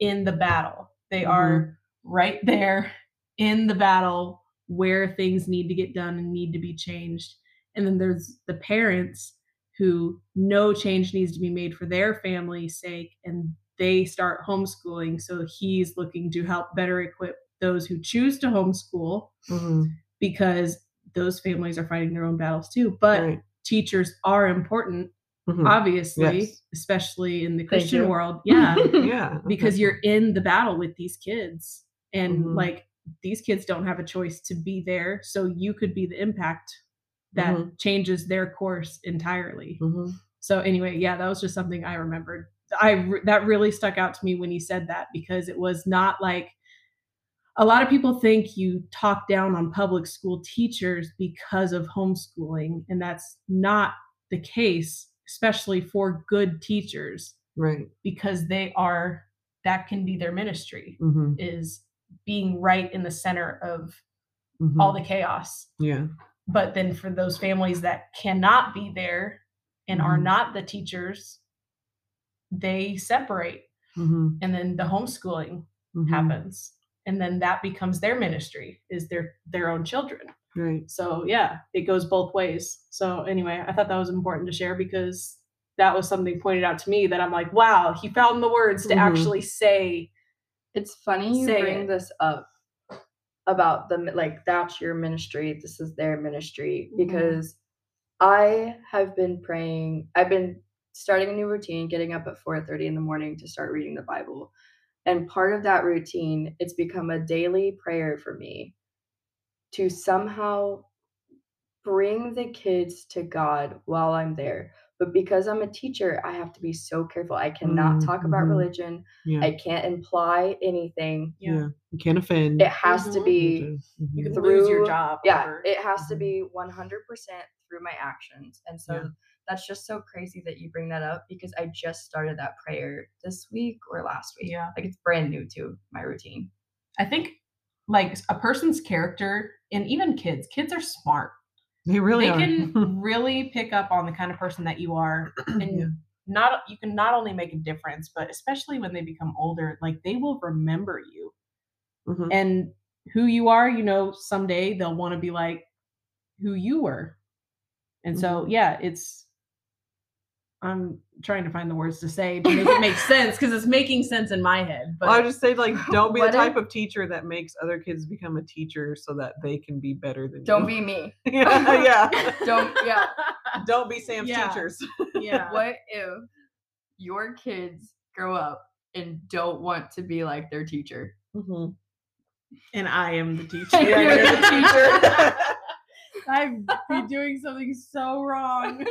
S2: in the battle. They are right there in the battle where things need to get done and need to be changed. And then there's the parents who know change needs to be made for their family's sake and they start homeschooling. So he's looking to help better equip those who choose to homeschool
S1: Mhm.
S2: because those families are fighting their own battles too. But
S1: Right.
S2: teachers are important,
S1: Mhm.
S2: obviously,
S1: Yes.
S2: especially in the Christian
S3: you.
S2: world. Yeah.
S1: yeah.
S2: because
S1: okay.
S2: you're in the battle with these kids and
S1: Mhm.
S2: like these kids don't have a choice to be there so you could be the impact that
S1: Mhm.
S2: changes their course entirely
S1: Mhm.
S2: so anyway yeah that was just something i remembered i re- that really stuck out to me when he said that because it was not like a lot of people think you talk down on public school teachers because of homeschooling and that's not the case especially for good teachers
S1: Right.
S2: because they are that can be their ministry
S1: Mm-hmm.
S2: is being right in the center of all the chaos
S1: Mm-hmm. yeah.
S2: but then for those families that cannot be there and are
S1: Mhm.
S2: not the teachers they separate
S1: Mm-hmm.
S2: and then the homeschooling happens and then that becomes their ministry is their their own children
S1: Right.
S2: so yeah it goes both ways so anyway i thought that was important to share because that was something pointed out to me that i'm like wow he found the words to
S1: Mhm.
S2: actually say
S3: It's funny you
S2: Say
S3: bring
S2: it.
S3: this up about the mi- like that's your ministry, this is their ministry
S2: Mhm.
S3: because I have been praying. I've been starting a new routine, getting up at 4:30 in the morning to start reading the Bible. And part of that routine, it's become a daily prayer for me to somehow bring the kids to God while I'm there. But because I'm a teacher, I have to be so careful. I cannot
S1: Mm,
S3: talk about
S2: Mm-hmm.
S1: mhm.
S3: religion.
S1: Yeah.
S3: I can't imply anything.
S1: yeah. You can't offend.
S3: It has to
S2: Mhm.
S3: be,
S2: you can
S1: Mhm.
S2: lose your
S3: Through-
S2: job
S3: yeah,
S2: over- Mm-hmm.
S3: it has to
S1: Mhm.
S3: be 100% through my actions. And so
S1: Yeah.
S3: that's just so crazy that you bring that up because I just started that prayer this week or last week.
S2: Yeah.
S3: Like it's brand new to my routine.
S2: I think like a person's character and even kids, kids are smart.
S1: They really are.
S2: they can really pick up on the kind of person that you are and
S1: Yeah.
S2: not you can not only make a difference, but especially when they become older, like they will remember you
S1: Mhm.
S2: and who you are, you know, someday they'll want to be like who you were. And so yeah, it's I'm trying to find the words to say to make it make sense because it's making sense in my head. But
S1: Well, I would just say like, don't be the
S3: What if-
S1: type of teacher that makes other kids become a teacher so that they can be better than
S3: Don't
S1: you.
S3: be me.
S1: Don't be. yeah,
S3: Don't, yeah.
S1: yeah. Don't be Sam's
S2: Yeah.
S1: teachers.
S2: yeah.
S3: What if your kids grow up and don't want to be like their teacher?
S1: Mhm.
S2: And I am the teacher.
S1: Yeah, you're the teacher.
S2: I'd be doing something so wrong.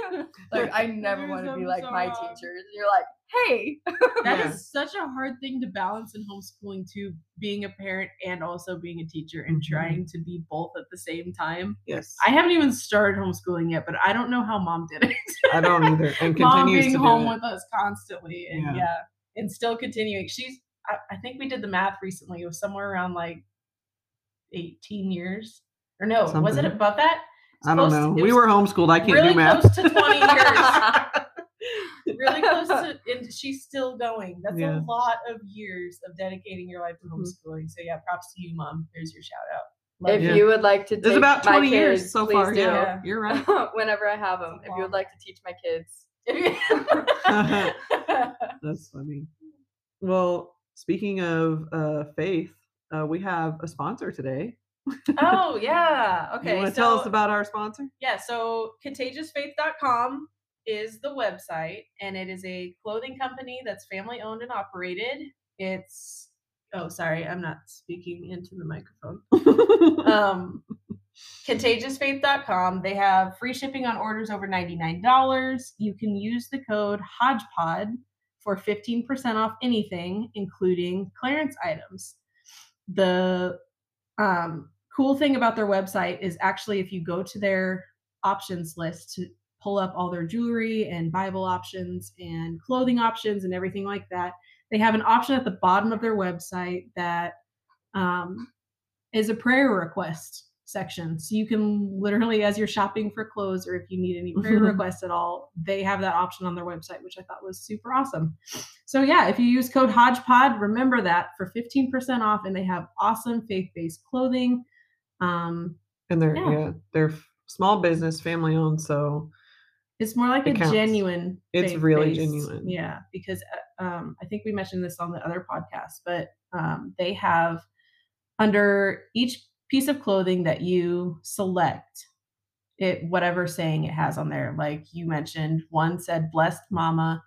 S3: Like, I never want to be
S2: I'm
S3: like
S2: so
S3: my
S2: wrong.
S3: teacher. And you're like, hey,
S2: That is
S1: Yeah.
S2: such a hard thing to balance in homeschooling too, being a parent and also being a teacher and
S1: Mhm.
S2: trying to be both at the same time.
S1: yes,
S2: I haven't even started homeschooling yet, but I don't know how mom did it.
S1: I don't either, and
S2: mom
S1: continues
S2: being
S1: to do
S2: home
S1: it.
S2: with us constantly and yeah.
S1: Yeah.
S2: and still continuing. She's I, I think we did the math recently. It was somewhere around like 18 years. Or no, was it
S1: Something.
S2: above that?
S1: I don't
S2: close to-
S1: know. We
S2: it was
S1: were homeschooled. I can't
S2: really
S1: do math.
S2: close to 20 years. really close to and she's still going. That's
S1: Yeah.
S2: a lot of years of dedicating your life to
S1: Mhm.
S2: homeschooling. So yeah, props to you, mom. Here's your shout out.
S3: if
S2: Love
S1: Yeah.
S3: you would like to take
S1: It's about
S3: my
S1: twenty years
S3: kids,
S1: so
S3: please
S1: far.
S3: do.
S1: Yeah, you're right.
S3: whenever I have them.
S2: It's a
S3: If you
S2: long
S3: would like to teach my kids,
S1: That's funny. Well, speaking of uh, faith, uh, we have a sponsor today.
S2: oh yeah.
S1: you
S2: Okay.
S1: want to
S2: So
S1: tell us about our sponsor?
S2: yeah, so contagiousfaith.com is the website and it is a clothing company that's family owned and operated. It's oh sorry, I'm not speaking into the microphone. um, contagiousfaith.com. They have free shipping on orders over $99. You can use the code HodgePod for 15% off anything, including clearance items. The um, cool thing about their website is actually if you go to their options list to pull up all their jewelry and Bible options and clothing options and everything like that, they have an option at the bottom of their website that um, is a prayer request section. So you can literally, as you're shopping for clothes or if you need any prayer requests at all, they have that option on their website, which I thought was super awesome. So yeah, if you use code HodgePod, remember that for 15% off, and they have awesome faith-based clothing. Um,
S1: And they're
S2: Yeah.
S1: yeah, they're f- small business, family owned, so
S2: it's more like
S1: It
S2: a
S1: counts.
S2: genuine.
S1: It's really
S2: faith-based-
S1: genuine.
S2: Yeah, because uh, um, I think we mentioned this on the other podcast, but um, they have under each piece of clothing that you select, it whatever saying it has on there. Like you mentioned, one said blessed mama,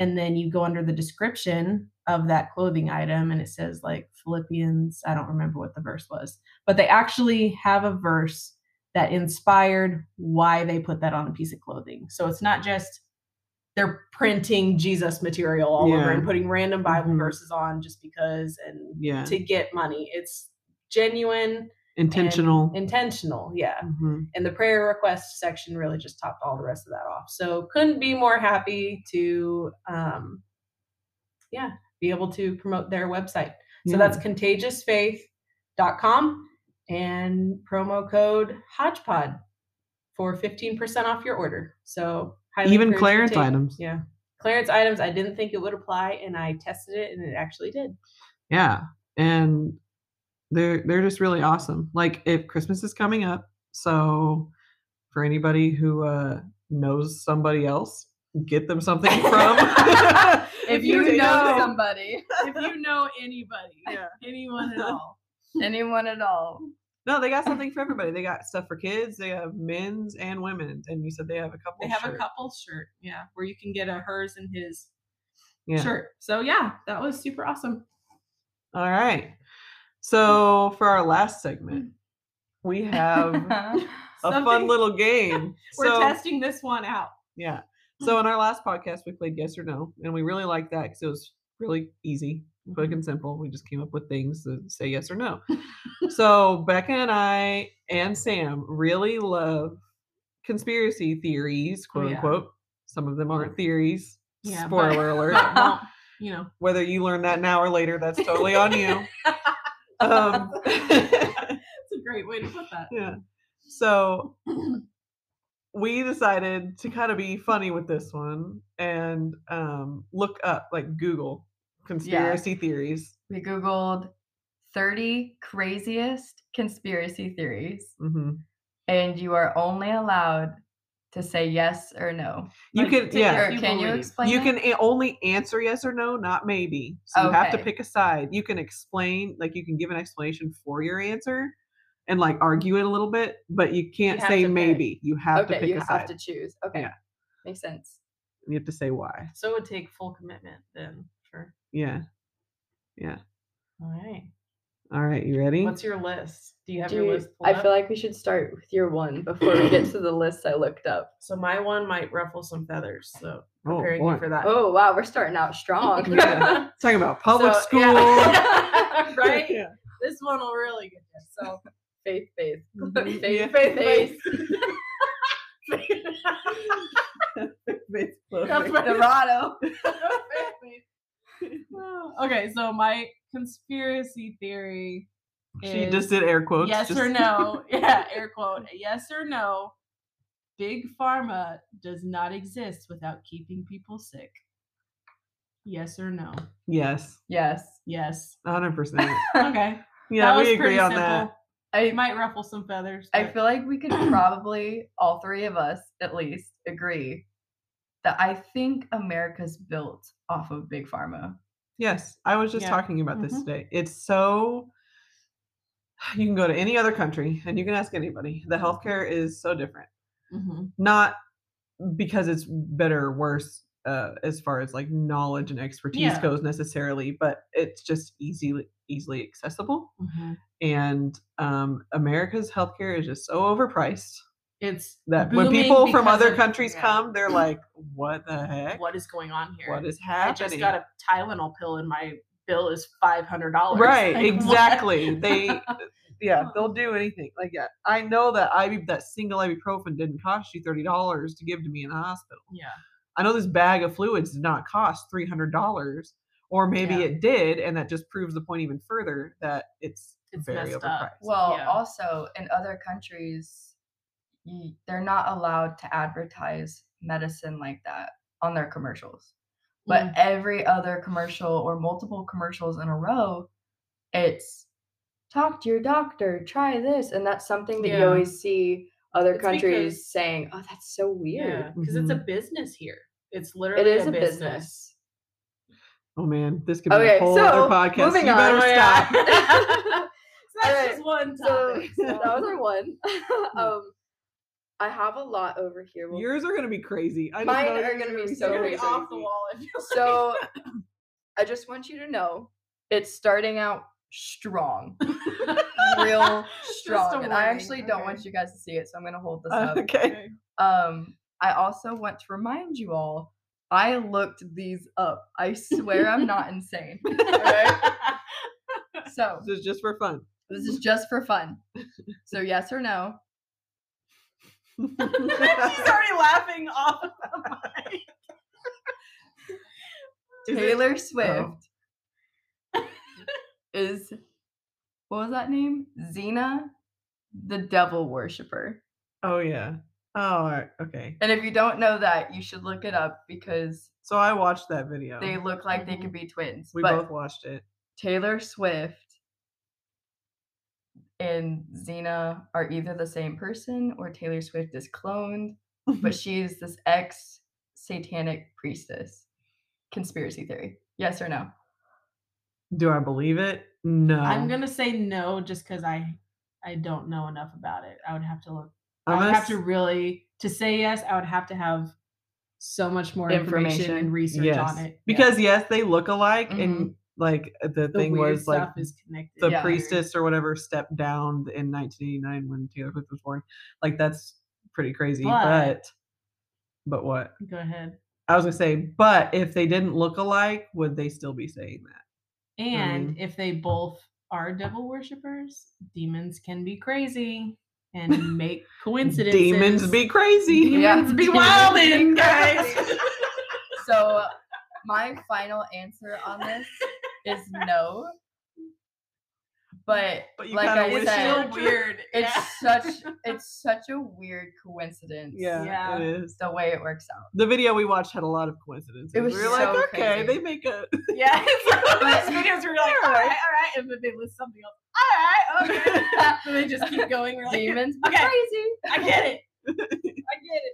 S2: and then you go under the description of that clothing item and it says like Philippians, I don't remember what the verse was, but they actually have a verse that inspired why they put that on a piece of clothing. So it's not just they're printing Jesus material all over
S1: Yeah.
S2: and putting random Bible
S1: Mhm.
S2: verses on just because and
S1: Yeah.
S2: to get money. It's genuine,
S1: Intentional.
S2: intentional. Yeah.
S1: Mhm.
S2: And the prayer request section really just topped all the rest of that off. So couldn't be more happy to, um, yeah, be able to promote their website. So
S1: Yeah.
S2: that's contagiousfaith.com and promo code hodgepod for 15% off your order. So highly
S1: Even
S2: encourage you to
S1: clearance
S2: take-
S1: items.
S2: Yeah. Clearance items, I didn't think it would apply and I tested it and it actually did.
S1: Yeah. And they're they're just really awesome. Like if Christmas is coming up, so for anybody who uh knows somebody else, get them something from
S3: If
S2: you
S3: you,
S2: know-
S3: know somebody,
S2: if you know anybody,
S1: Yeah.
S2: anyone at all.
S3: anyone at all,
S1: No, they got something for everybody. They got stuff for kids, they have men's and women's. And you said they have a couple
S2: They have a
S1: shirt.
S2: couple shirt, yeah, where you can get a hers and his
S1: Yeah.
S2: shirt. So yeah, that was super awesome.
S1: All right. So for our last segment, we have a fun
S2: Something-
S1: little game.
S2: We're
S1: so,
S2: testing this one out.
S1: Yeah. So in our last podcast, we played yes or no, and we really liked that because it was really easy, quick and simple. We just came up with things to say yes or no. so Becca and I and Sam really love conspiracy theories,
S2: Oh,
S1: quote
S2: yeah.
S1: unquote. Some of them aren't theories.
S2: Yeah, but-
S1: Spoiler alert.
S2: But, well, you know,
S1: Whether you learn that now or later, that's totally on you. Um,
S2: it's a great way to put that.
S1: yeah. So we decided to kind of be funny with this one and um, look up, like Google conspiracy theories.
S3: we Googled 30 craziest conspiracy theories,
S1: hmm
S3: and you are only allowed to say yes or no.
S1: You
S2: Like,
S1: can,
S2: to
S1: yeah.
S2: your-
S3: Or
S2: you
S3: can you
S2: believe.
S3: explain?
S1: you
S3: that?
S1: can a- only answer yes or no, not maybe. So you have to
S3: Okay.
S1: pick a side. You can explain, like you can give an explanation for your answer and like argue it a little bit, but you can't
S2: have
S1: say
S2: to pick.
S1: maybe. You have to
S3: okay,
S1: pick
S3: you
S1: a
S3: have
S1: side.
S3: to choose. Okay,
S1: Yeah.
S3: makes sense.
S1: You have to say why.
S2: So it would take full commitment then. Sure.
S1: Yeah.
S2: All right.
S1: All right. You ready?
S2: What's your list? Do you have
S3: Do
S2: your
S3: you-
S2: list? pulled
S3: I
S2: up?
S3: feel like we should start with your one before we get to the list I looked up.
S2: so. My one might ruffle some feathers. So
S1: Oh,
S2: preparing
S1: boy.
S2: you for that.
S3: Oh wow, we're starting out strong.
S1: Yeah. Talking about public
S2: So,
S1: school.
S2: yeah. right.
S1: Yeah.
S2: This one will really get you. So
S3: faith, faith,
S1: Mhm.
S3: faith,
S1: Yeah.
S3: faith, faith.
S1: Faith
S2: That's
S1: clothing.
S2: right.
S3: Dorado.
S2: Oh, okay, so my conspiracy theory
S1: She
S2: is
S1: just did air quotes.
S2: yes
S1: just-
S2: or no. Yeah, air quote. Yes or no. Big pharma does not exist without keeping people sick. Yes or no?
S1: Yes,
S3: Yes.
S2: Yes.
S1: hundred percent.
S2: Okay.
S1: Yeah, we
S2: pretty
S1: agree on that.
S2: It
S3: I
S2: might ruffle some feathers.
S3: I
S2: but-
S3: feel like we could probably all three of us at least agree that I think America's built off of big pharma.
S1: Yes, I was just
S2: Yeah.
S1: talking about this
S2: Mhm.
S1: today. It's so. You can go to any other country and you can ask anybody. The
S2: Mm-hmm.
S1: healthcare is so different.
S2: Mhm.
S1: Not because it's better or worse uh, as far as like knowledge and expertise
S2: Yeah.
S1: goes necessarily, but it's just easily easily accessible.
S2: Mhm.
S1: And um, America's healthcare is just so overpriced.
S2: It's
S1: that when
S2: booming
S1: people from
S2: because
S1: other
S2: of-
S1: countries
S2: yeah.
S1: come, they're like, "What the heck?
S2: what is going on here?
S1: what is
S2: I
S1: happening?"
S2: just got a Tylenol pill and my bill is five hundred dollars.
S1: right, exactly. They,
S2: Oh.
S1: yeah, they'll do anything. Like, yeah, I know that IB that single ibuprofen didn't cost you thirty dollars to give to me in the hospital.
S2: Yeah.
S1: I know this bag of fluids did not cost three hundred dollars, or maybe
S2: Yeah.
S1: it did, and that just proves the point even further that it's,
S2: It's
S1: very
S2: messed
S1: overpriced.
S2: up.
S3: Well,
S2: Yeah.
S3: also in other countries, y- they're not allowed to advertise medicine like that on their commercials. But
S2: Yeah.
S3: every other commercial or multiple commercials in a row, it's talk to your doctor, try this. And that's something that
S2: Yeah.
S3: you always see other
S2: It's
S3: countries
S2: because-
S3: saying, oh, that's so
S2: Yeah,
S3: weird.
S2: because it's a business here. It's literally
S3: It is
S2: a,
S3: a
S2: business.
S3: business.
S1: Oh man, this could be a
S3: Okay,
S1: whole other
S3: so,
S1: podcast.
S3: moving
S1: you
S3: on.
S1: better
S3: Oh,
S1: stop.
S2: That's
S3: Alright,
S2: just one
S3: so
S2: topic.
S3: that was our one. um, I have a lot over here. We'll-
S1: Yours are gonna be crazy. I just
S3: Mine
S1: know
S3: are
S1: yours
S3: gonna be
S2: It's
S3: so
S2: gonna be
S3: crazy.
S2: off the wall. I feel
S3: so I just want you to know it's starting out strong. Real
S2: a
S3: strong. And I
S2: warning,
S3: actually don't
S2: okay. Uh,
S3: want you guys to see it, so I'm gonna hold this up.
S1: Okay.
S3: Um, I also want to remind you all, I looked these up. I swear I'm not insane.
S2: Alright.
S3: So
S1: This is just for fun.
S3: this is just for fun. So yes or no?
S2: She's already laughing off of the mic.
S1: Is it-
S3: Taylor
S2: Oh.
S3: Swift is what was that name? Xena, the devil worshiper.
S1: Oh yeah. Oh all right. okay.
S3: And if you don't know that, you should look it up because
S1: So I watched that video.
S3: they look like they could be twins.
S1: Mm-hmm. we
S3: but
S1: both watched it.
S3: Taylor Swift and Xena are either the same person or Taylor Swift is cloned, but she is this ex satanic priestess. Conspiracy theory. Yes or no?
S1: Do I believe it? No.
S2: I'm gonna say no just because I I don't know enough about it. I would have to look.
S1: I'm
S2: I would
S1: gonna
S2: have
S1: s-
S2: to really to say yes. I would have to have so much more information,
S3: Information.
S2: and research
S1: yes.
S2: on it Yeah. Mm-hmm.
S1: Because yes, they look alike and like uh, the,
S2: the
S1: thing
S2: weird
S1: was like
S2: stuff is connected.
S1: the
S3: Yeah.
S1: priestess or whatever stepped down in 1989 when Taylor Swift was born. Like that's pretty crazy. But
S2: But-
S1: but, what?
S2: Go ahead.
S1: I was gonna say, but if they didn't look alike, would they still be saying that?
S2: And
S1: Mm-hmm.
S2: if they both are devil worshippers, demons can be crazy and make coincidences.
S1: Demons be crazy.
S3: Yeah.
S2: demons be wilding, guys.
S3: So my final answer on this is no. But
S1: But you
S3: Like
S1: kinda
S3: I
S1: wish
S2: It's
S3: said-
S1: it
S2: so
S1: were true.
S2: weird.
S3: it's
S2: Yeah.
S3: such it's such a weird coincidence.
S1: Yeah,
S2: Yeah.
S1: it is.
S3: The way it works out.
S1: The video we watched had a lot of coincidences.
S3: was
S1: we were like,
S3: so
S1: okay,
S3: crazy.
S1: they make a
S2: Yeah, it's like one of
S3: But-
S2: those videos where you're like, all right, all right, and then they list something else. All right, okay. and they just keep going. We're like,
S3: Demons
S2: Okay.
S3: crazy.
S2: I get it.
S3: I get it.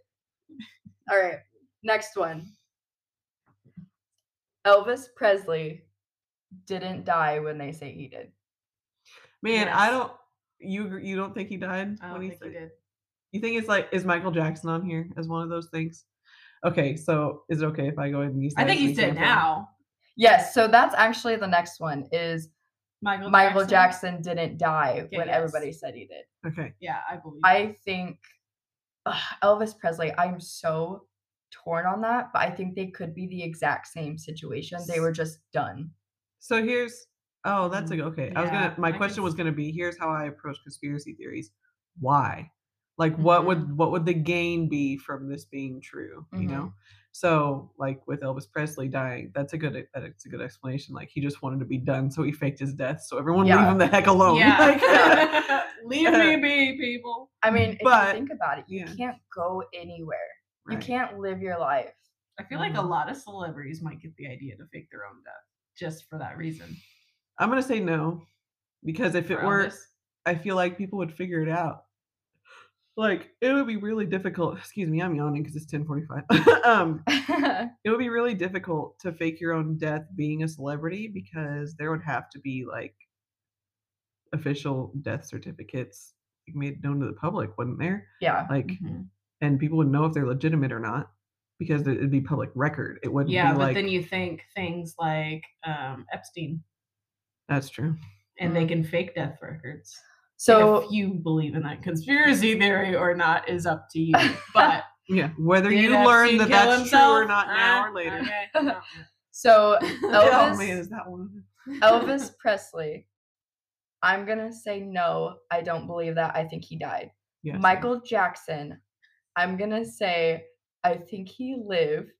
S3: All right, next one. Elvis Presley didn't die when they say he did.
S1: man. I
S2: Yes.
S1: don't. You gr- you don't think he died?
S2: I don't
S1: when he
S2: think you
S1: said-
S2: did.
S1: You think it's like is Michael Jackson on here as one of those things? Okay, so is it okay if I go ahead and use?
S2: I
S1: that
S2: think
S1: as an
S2: he's dead
S1: example?
S2: now.
S3: Yes, so that's actually the next one is
S2: Michael
S3: Michael Jackson didn't die
S2: Okay,
S3: when
S2: yes.
S3: everybody said he did.
S1: Okay,
S2: Yeah, I believe. it.
S3: I think ugh, Elvis Presley, I'm so torn on that, but I think they could be the exact same situation. They were just done.
S1: so here's. Oh,
S3: Mm,
S1: that's a, okay. I was
S2: Yeah,
S1: gonna. My
S2: I can
S1: question was
S2: s-
S1: gonna be: Here's how I approach conspiracy theories. Why? Like,
S3: Mm-hmm.
S1: what would what would the gain be from this being true? You
S3: Mm-hmm.
S1: know. So, like with Elvis Presley dying, that's a good e- that's a good explanation. Like he just wanted to be done, so he faked his death. So everyone leave
S3: Yeah.
S1: him the heck alone. Like-
S2: Yeah. Leave me be, people.
S3: I mean, if
S1: But-
S3: you think about it, you
S1: yeah.
S3: can't go anywhere.
S1: Right.
S3: You can't live your life.
S2: I feel like a
S1: Mhm.
S2: lot of celebrities might get the idea to fake their own death just for that reason.
S1: I'm gonna say no, because if it
S2: For
S1: were,
S2: Elvis.
S1: I feel like people would figure it out. Like it would be really difficult. Excuse me, I'm yawning because it's 10:45. um, it would be really difficult to fake your own death being a celebrity because there would have to be like official death certificates made known to the public, wouldn't there?
S3: yeah.
S1: Like,
S2: Mhm.
S1: and people would know if they're legitimate or not because it- it'd be public record. It wouldn't
S2: Yeah,
S1: be
S2: but
S1: like
S2: then you think things like um, Epstein,
S1: that's true.
S2: and they can fake death records.
S3: So
S2: if you believe in that conspiracy theory or not is up to you. But
S1: Yeah, whether
S2: did
S1: you learn
S2: Epstein
S1: that
S2: kill
S1: that's true or
S2: himself?
S1: not now
S2: Ah,
S1: or later.
S2: okay, no.
S3: so
S1: Oh
S3: Elvis-
S1: man, is that one? of them?
S3: Elvis Presley, I'm gonna say no. I don't believe that. I think he died.
S1: Yeah, same.
S3: Michael Jackson, I'm gonna say I think he lived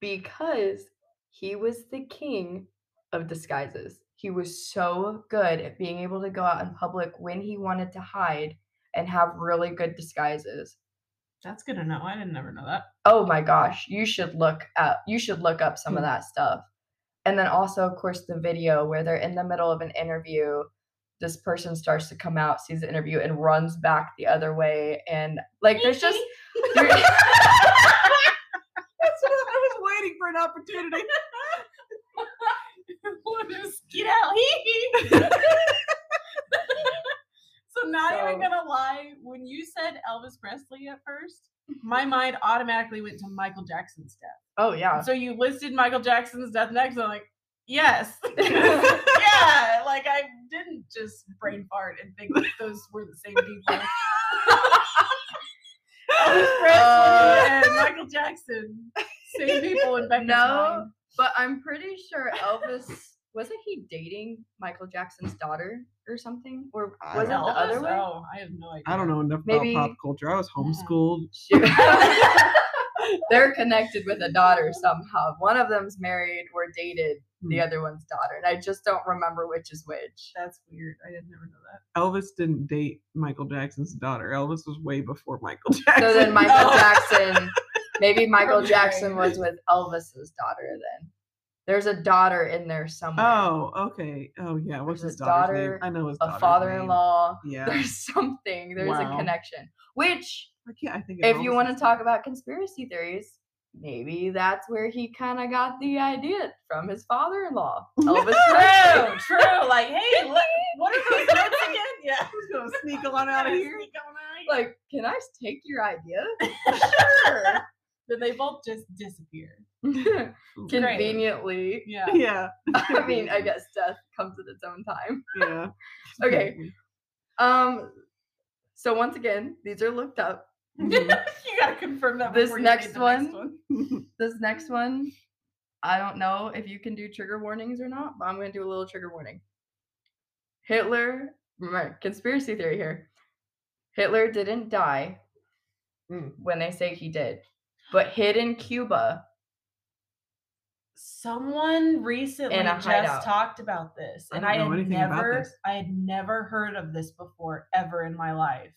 S3: because he was the king of disguises. He was so good at being able to go out in public when he wanted to hide and have really good disguises.
S2: That's good to know. I didn't never know that.
S3: oh my gosh you should look up you should look up some of
S1: Hmm.
S3: that stuff and then also of course the video where they're in the middle of an interview this person starts to come out sees the interview and runs back the other way and like there's just there-
S1: That's what I was waiting for an opportunity.
S2: We'll just get out. Hee hee. so So I'm not even
S3: So-
S2: gonna lie. When you said Elvis Presley at first, my mind automatically went to Michael Jackson's death.
S3: Oh yeah.
S2: And So you listed Michael Jackson's death next. and I'm like, yes,
S3: Uh,
S2: yeah. Like I didn't just brain fart and think that those were the same people. Elvis Presley
S3: Uh,
S2: and Michael Jackson, same people in Becca's
S3: No.
S2: mind.
S3: But I'm pretty sure Elvis wasn't he dating Michael Jackson's daughter or something? Or
S1: I
S3: was it the
S1: don't
S3: other
S2: Elvis?
S3: way?
S2: Oh, I have no idea.
S1: I don't know enough
S3: Maybe-
S1: about pop culture. I was
S2: Mm.
S1: homeschooled.
S3: Shoot. They're connected with a daughter somehow. One of them's married or dated the
S1: Hmm.
S3: other one's daughter, and I just don't remember which is which.
S2: That's weird. I didn't ever know that.
S1: Elvis didn't date Michael Jackson's daughter. Elvis was way before Michael Jackson.
S3: So then Michael
S2: Oh.
S3: Jackson, maybe Michael
S2: Okay.
S3: Jackson was with Elvis's daughter then. There's a daughter in there somewhere.
S1: Oh, okay. Oh, yeah. What's
S3: There's
S1: his
S3: a
S1: daughter's name?
S3: daughter,
S1: I know his daughter's
S3: a
S1: name.
S3: father-in-law.
S1: Yeah.
S3: There's something. There's
S1: Wow.
S3: a connection. Which,
S1: I can't. I think. of
S3: if you
S1: Elvis's-
S3: want to talk about conspiracy theories, maybe that's where he kind of got the idea from his father-in-law, Elvis Presley.
S2: True, true. Like, hey, look, what are those notes again? Yeah.
S1: I'm just gonna sneak on out of here.
S2: Sneak on out of here.
S3: Like, can I take your idea? sure.
S2: Then they both just disappear.
S3: Conveniently.
S2: Yeah.
S1: Yeah.
S3: I mean, I guess death comes at its own time.
S1: Yeah.
S3: Okay. Um, so once again, these are looked up.
S2: you
S1: Mhm.
S2: gotta confirm that.
S3: This
S2: before you
S3: next
S2: read
S3: one? This next one, I don't know if you can do trigger warnings or not, but I'm going to do a little trigger warning. Hitler, my conspiracy theory here. Hitler didn't die
S1: Mm.
S3: when they say he did, but hid in Cuba.
S2: Someone recently
S3: In a
S2: just
S3: hideout.
S2: talked about this,
S1: I
S2: and
S1: don't
S2: I,
S1: know
S2: had
S1: anything about
S2: never,
S1: this.
S2: I had never heard of this before, ever in my life,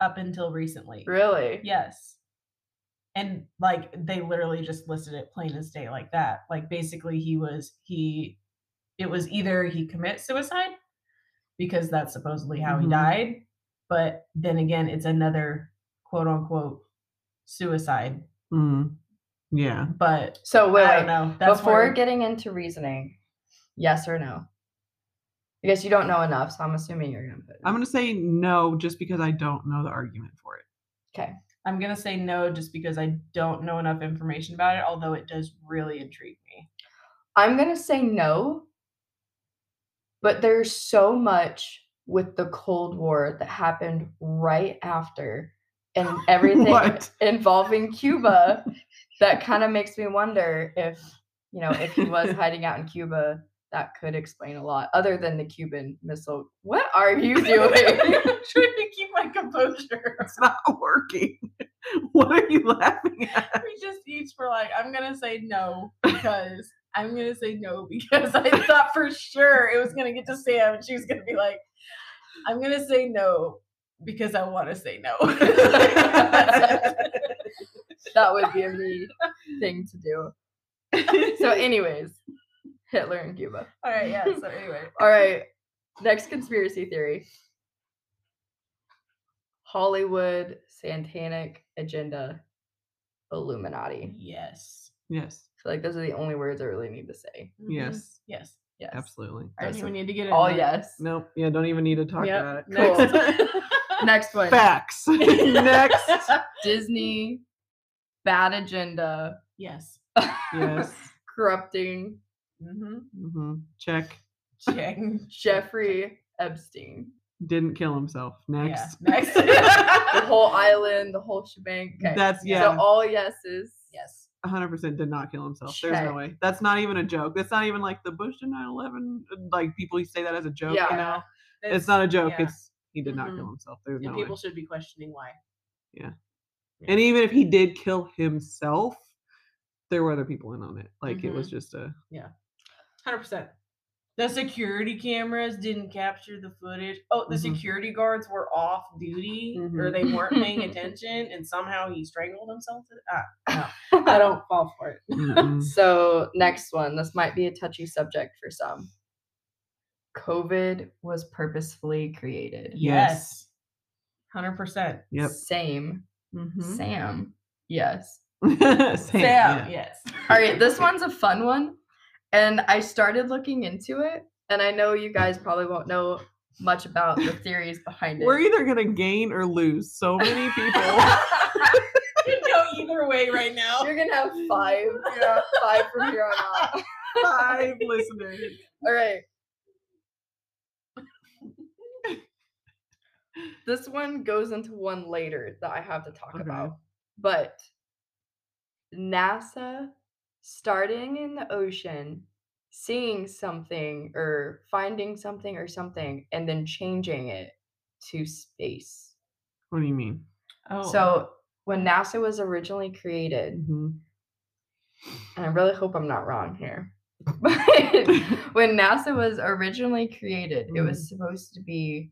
S2: up until recently.
S3: Really?
S2: Yes. And like they literally just listed it plain as day like that. Like basically he was he it was either he commits suicide because that's supposedly how
S3: Mm-hmm.
S1: Mhm.
S2: he died, but then again it's another quote unquote suicide.
S1: Mm. Yeah.
S2: But
S3: So wait,
S2: I don't
S3: wait.
S2: know. That's
S3: Before
S2: where-
S3: getting into reasoning, yes or no? I guess you don't know enough, so I'm assuming you're gonna put.
S1: I'm gonna say no, just because I don't know the argument for it.
S2: I'm gonna say no just because I don't know enough information about it, although it does really intrigue me.
S3: I'm gonna say no, but there's so much with the Cold War that happened right after, and everything
S1: What?
S3: involving Cuba that kind of makes me wonder if you know if he was hiding out in Cuba. That could explain a lot, other than the Cuban missile. What are you doing?
S2: I'm trying to keep my composure.
S1: It's not working. what are you laughing at?
S2: we just each were like, I'm gonna say no because I'm gonna say no because I thought for sure it was gonna get to Sam and she was gonna be like, I'm gonna say no because I want to say no.
S3: that would be a me thing to do. So, anyways, Hitler and Cuba.
S2: All right, yeah. So anyway,
S3: All right, next conspiracy theory: Hollywood satanic agenda, Illuminati.
S2: yes, Mm-hmm.
S1: Yes.
S3: So, like, those are the only words I really need to say.
S1: Yes.
S2: yes.
S3: Mm-hmm. Yes.
S1: Absolutely.
S2: I don't
S3: Yes.
S2: even need to get it.
S3: All yes.
S1: Nope. Yeah. Don't even need to talk
S2: Yep,
S1: about it.
S3: cool.
S2: Next.
S3: Next one:
S1: Facts. Next.
S3: Disney bad agenda,
S2: yes.
S1: Yes.
S3: corrupting
S2: Mm-hmm.
S1: hmm Check.
S2: Check.
S3: Jeffrey Epstein.
S1: Didn't kill himself. Next.
S2: Yeah. Next.
S3: the whole island, the whole shebang. Okay.
S1: That's
S2: Yeah.
S1: yeah.
S3: So all yeses.
S2: yes.
S1: 100% did not kill himself. There's no
S3: Check.
S1: way. That's not even a joke. That's not even like the Bush and 9/11. Like people say that as a joke.
S3: Yeah.
S1: You know, it's not a joke.
S2: yeah. Mm-hmm.
S1: It's he did not kill himself. There's
S2: and
S1: no
S2: people
S1: way.
S2: should be questioning why.
S1: And even if he did kill himself, there were other people in on it. Like it
S2: Mm-hmm.
S1: was just a
S2: Hundred percent. The security cameras didn't capture the footage. Oh, the
S1: Mhm.
S2: security guards were off duty or
S1: Mhm.
S2: they weren't paying attention, and somehow he strangled himself. To ah, no, I don't fall for it.
S1: mm-mm.
S3: Um, So next one. This might be a touchy subject for some. COVID was purposefully created.
S2: Yes, hundred percent.
S1: yep.
S3: Same.
S2: mm-hmm.
S1: Mhm.
S3: Sam. Yes.
S1: Sam,
S2: Sam,
S1: yeah.
S2: yes.
S3: All right. This one's a fun one. And I started looking into it. And I know you guys probably won't know much about the theories behind it.
S1: We're either gonna gain or lose so many people.
S2: Could go either way right now.
S3: You're gonna have five, yeah, five from here on out.
S1: Five listeners.
S3: All right. this one goes into one later that I have to talk
S1: Okay.
S3: about. But NASA starting in the ocean, seeing something or finding something or something, and then changing it to space.
S1: What do you mean?
S2: Oh.
S3: So when NASA was originally created,
S1: Mm-hmm.
S3: and I really hope I'm not wrong here. But when NASA was originally created, it
S2: Mm.
S3: was supposed to be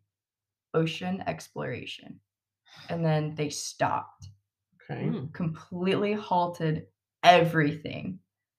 S3: ocean exploration. And then they stopped,
S1: Okay.
S2: Mm.
S3: completely halted everything.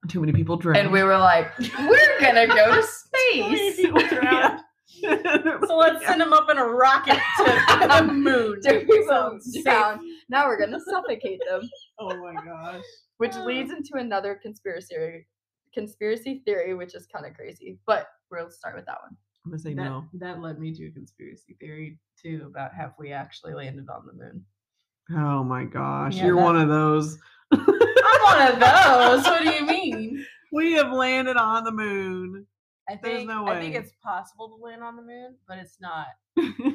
S1: Too many people drowned.
S3: And we were like, we're going to go to space.
S2: people drowned. So let's send them up in a rocket to the moon.
S3: Dude, we will
S2: Sounds safe.
S3: drown. Now we're going to suffocate them.
S1: oh my gosh.
S3: which leads into another conspiracy conspiracy theory, which is kind of crazy. But we'll start with that one.
S1: I'm gonna say
S2: That,
S1: no.
S2: that led me to a conspiracy theory too about have we actually landed on the moon?
S1: Oh my gosh.
S2: Yeah,
S1: You're
S2: that-
S1: one of those.
S2: I'm one of those. What do you mean?
S1: We have landed on the moon.
S2: I
S1: There's
S2: think
S1: no
S2: I think
S1: way.
S2: it's possible to land on the moon, but it's not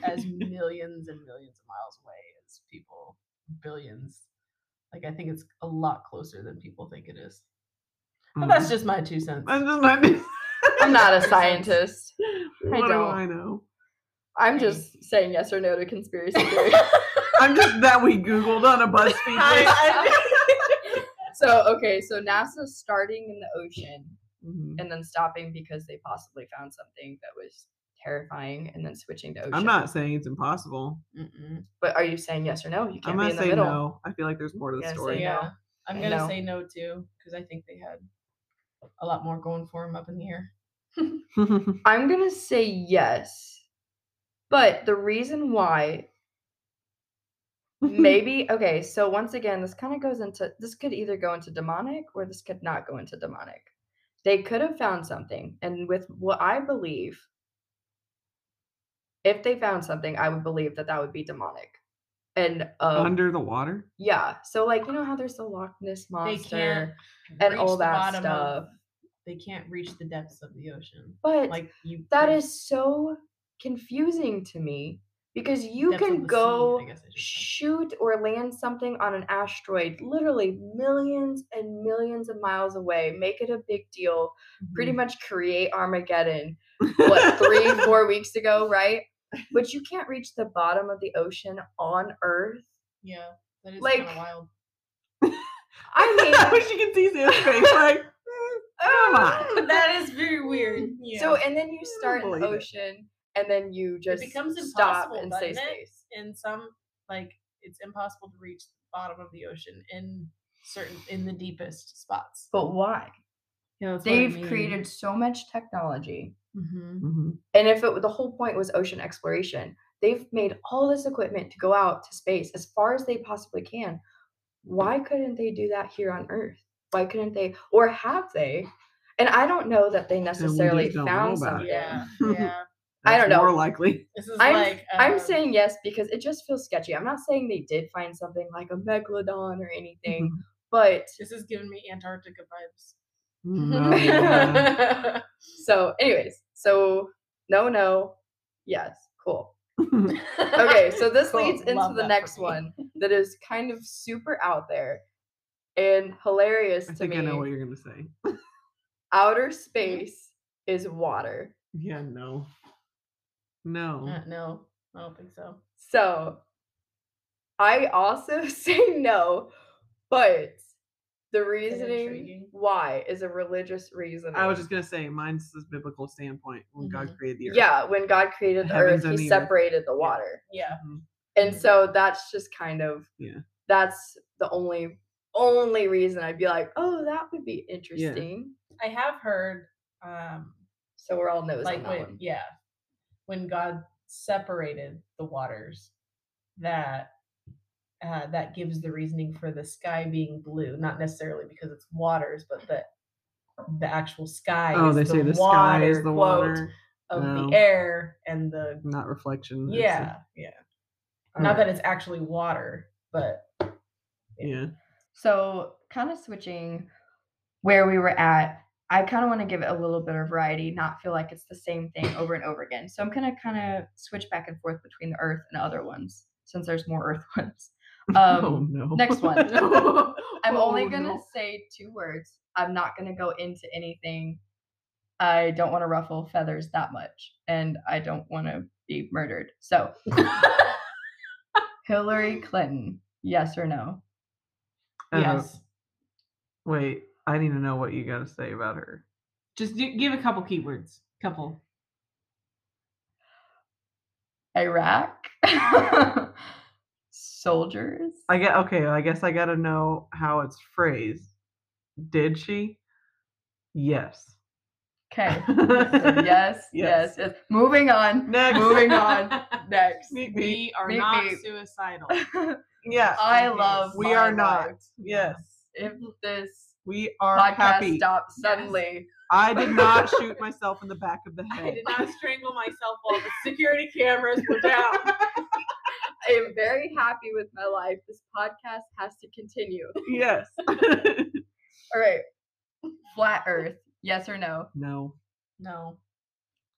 S2: as millions and millions of miles away as people billions. Like I think it's a lot closer than people think it is. But that's just my two cents.
S1: I'm just not.
S3: Mm-hmm. I'm not a
S2: Makes sense.
S3: scientist.
S1: what do
S3: don't.
S1: I know?
S3: I'm
S2: Hey.
S3: just saying yes or no to conspiracy theory.
S1: I'm just that we Googled on a BuzzFeed. list.
S3: so okay, so NASA starting in the ocean
S1: Mhm.
S3: and then stopping because they possibly found something that was terrifying and then switching to ocean.
S1: I'm not saying it's impossible.
S2: Mm-mm.
S3: But are you saying yes or no? You
S1: I'm
S3: can't be
S1: gonna
S3: in the
S1: say
S3: middle.
S1: no. I feel like there's more to the
S3: Yeah, say
S1: story.
S3: no.
S2: Yeah, I'm
S3: I
S2: gonna
S3: know.
S2: say no too because I think they had a lot more going for them up in the air.
S3: I'm gonna say yes, but the reason why maybe okay so once again this kind of goes into this could either go into demonic or this could not go into demonic they could have found something and with what i believe if they found something i would believe that that would be demonic and um,
S1: Under the water.
S3: yeah so like you know how there's the loch ness
S2: They can't
S3: monster and all
S2: reach the
S3: that
S2: bottom
S3: stuff
S2: Of, they can't reach the depths of the ocean.
S3: but
S2: Like you.
S3: that
S2: there's
S3: is so confusing to me because you
S2: depths of
S3: can
S2: the sea,
S3: go
S2: I guess I should say.
S3: shoot or land something on an asteroid literally millions and millions of miles away, make it a big deal, pretty
S2: Mm-hmm.
S3: much create Armageddon, what, three, four weeks ago, right? But you can't reach the bottom of the ocean on Earth.
S2: Yeah, that is kind
S3: like,
S2: of wild.
S1: I
S3: I mean,
S1: wish you could see Sam's face. Like, mm, come on.
S2: that is very weird.
S3: oh, so, and then you
S1: don't
S3: start in
S1: believe
S3: the
S1: it.
S3: ocean and then you just
S2: becomes
S3: stop
S2: impossible,
S3: and say
S2: doesn't it?
S3: space.
S2: in some like it's impossible to reach the bottom of the ocean in certain in the deepest spots.
S3: But why?
S2: Yeah, that's what I
S3: They've
S2: mean.
S3: created so much technology.
S2: Mhm.
S1: Mhm.
S3: And if it, the whole point was ocean exploration, they've made all this equipment to go out to space as far as they possibly can. Why couldn't they do that here on Earth? Why couldn't they, or have they? And I don't know that they
S1: just
S3: necessarily
S1: don't know
S3: found
S1: about
S3: something.
S1: it.
S2: Yeah, yeah.
S3: I don't
S1: That's More
S3: know.
S1: likely.
S2: This is
S3: I'm,
S2: like
S3: I'm
S2: um,
S3: saying yes because it just feels sketchy. I'm not saying they did find something like a megalodon or
S1: Mm-hmm.
S3: anything, but
S2: This is giving me Antarctica vibes.
S1: No, yeah.
S3: so, anyways, so no, no, yes, cool. okay, so this
S2: Cool.
S3: leads into
S2: Love
S3: the
S2: that for
S3: next
S2: me.
S3: one that is kind of super out there and hilarious
S1: I
S3: to
S1: think I know what
S3: me.
S1: you're gonna say. Mm-hmm.
S3: Outer space is water.
S1: Yeah, no. No.
S2: Uh, no, I don't think so.
S3: So I also say no, but the reasoning
S2: intriguing?
S3: why is a religious reason.
S1: I was just gonna say mine's this biblical standpoint when God
S2: Mhm.
S1: created the earth.
S3: Mm-hmm. yeah, when God created
S1: The
S3: the
S1: heavens
S3: earth,
S1: and
S3: he
S1: the earth. Mm-hmm.
S3: separated the water.
S2: Yeah.
S3: And
S2: Mhm.
S3: so that's just kind of
S1: Yeah.
S3: that's the only only reason I'd be like, oh, that would be interesting.
S2: I have heard um
S3: So we're all no's
S2: like
S3: on that
S2: when
S3: one.
S2: yeah. When God separated the waters, that uh, that gives the reasoning for the sky being blue, not necessarily because it's waters, but that the actual sky
S1: Oh,
S2: is
S1: they
S2: the
S1: say the
S2: water,
S1: sky is the
S2: quote,
S1: water.
S2: of
S1: No.
S2: the air and the
S1: not reflection. it's a-
S2: yeah yeah. Not that it's actually water, but
S1: yeah.
S3: So, kind of switching where we were at, I kind of want to give it a little bit of variety, not feel like it's the same thing over and over again. So, I'm going to kind of switch back and forth between the Earth and other ones since there's more Earth ones.
S1: oh
S3: Um,
S1: no.
S3: next one. I'm only
S1: Oh,
S3: going to
S1: no.
S3: say two words. I'm not going to go into anything. I don't want to ruffle feathers that much, and I don't want to be murdered. So, Hillary Clinton, yes or no?
S1: Uh,
S2: yes.
S1: Wait, I need to know what you got to say about her.
S2: Just gi- give a couple keywords. Couple.
S3: Iraq, soldiers.
S1: I get okay. I guess I got to know how it's phrased. Did she? Yes.
S3: Okay. So yes, yes, yes,
S1: Yes.
S3: Moving on.
S1: Next.
S3: Moving on. Next.
S1: Meet me.
S2: We are
S3: Meet
S2: not
S3: me.
S2: suicidal.
S1: Yes.
S3: I
S2: Yes.
S3: love.
S1: we
S3: my
S1: are not.
S3: life.
S1: Yes.
S3: If this
S1: We are
S3: podcast
S1: happy.
S3: stops
S2: Yes.
S3: suddenly,
S1: I did not shoot myself in the back of the
S2: I
S1: head.
S2: did not strangle myself while the security cameras were down.
S3: I am very happy with my life. This podcast has to continue.
S1: Yes.
S3: All right. Flat Earth. Yes or no?
S1: no.
S2: No.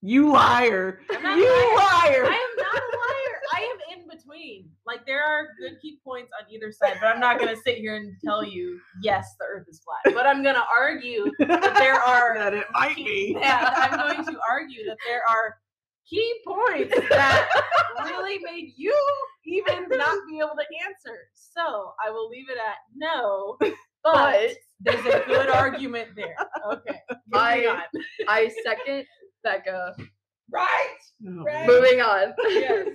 S1: You liar.
S2: I'm not
S1: You
S2: I
S1: liar.
S2: am not a liar. I am in between. Like there are good key points on either side, but I'm not gonna sit here and tell you yes, the Earth is flat. But I'm gonna argue that there are
S1: that it might be.
S2: that I'm going to argue that there are key points that really made you even not be able to answer. So I will leave it at no, but, there's a good argument there. Okay, moving on.
S3: I- I second Becca.
S2: Right?
S1: No.
S2: Right.
S3: Moving on.
S2: Yes.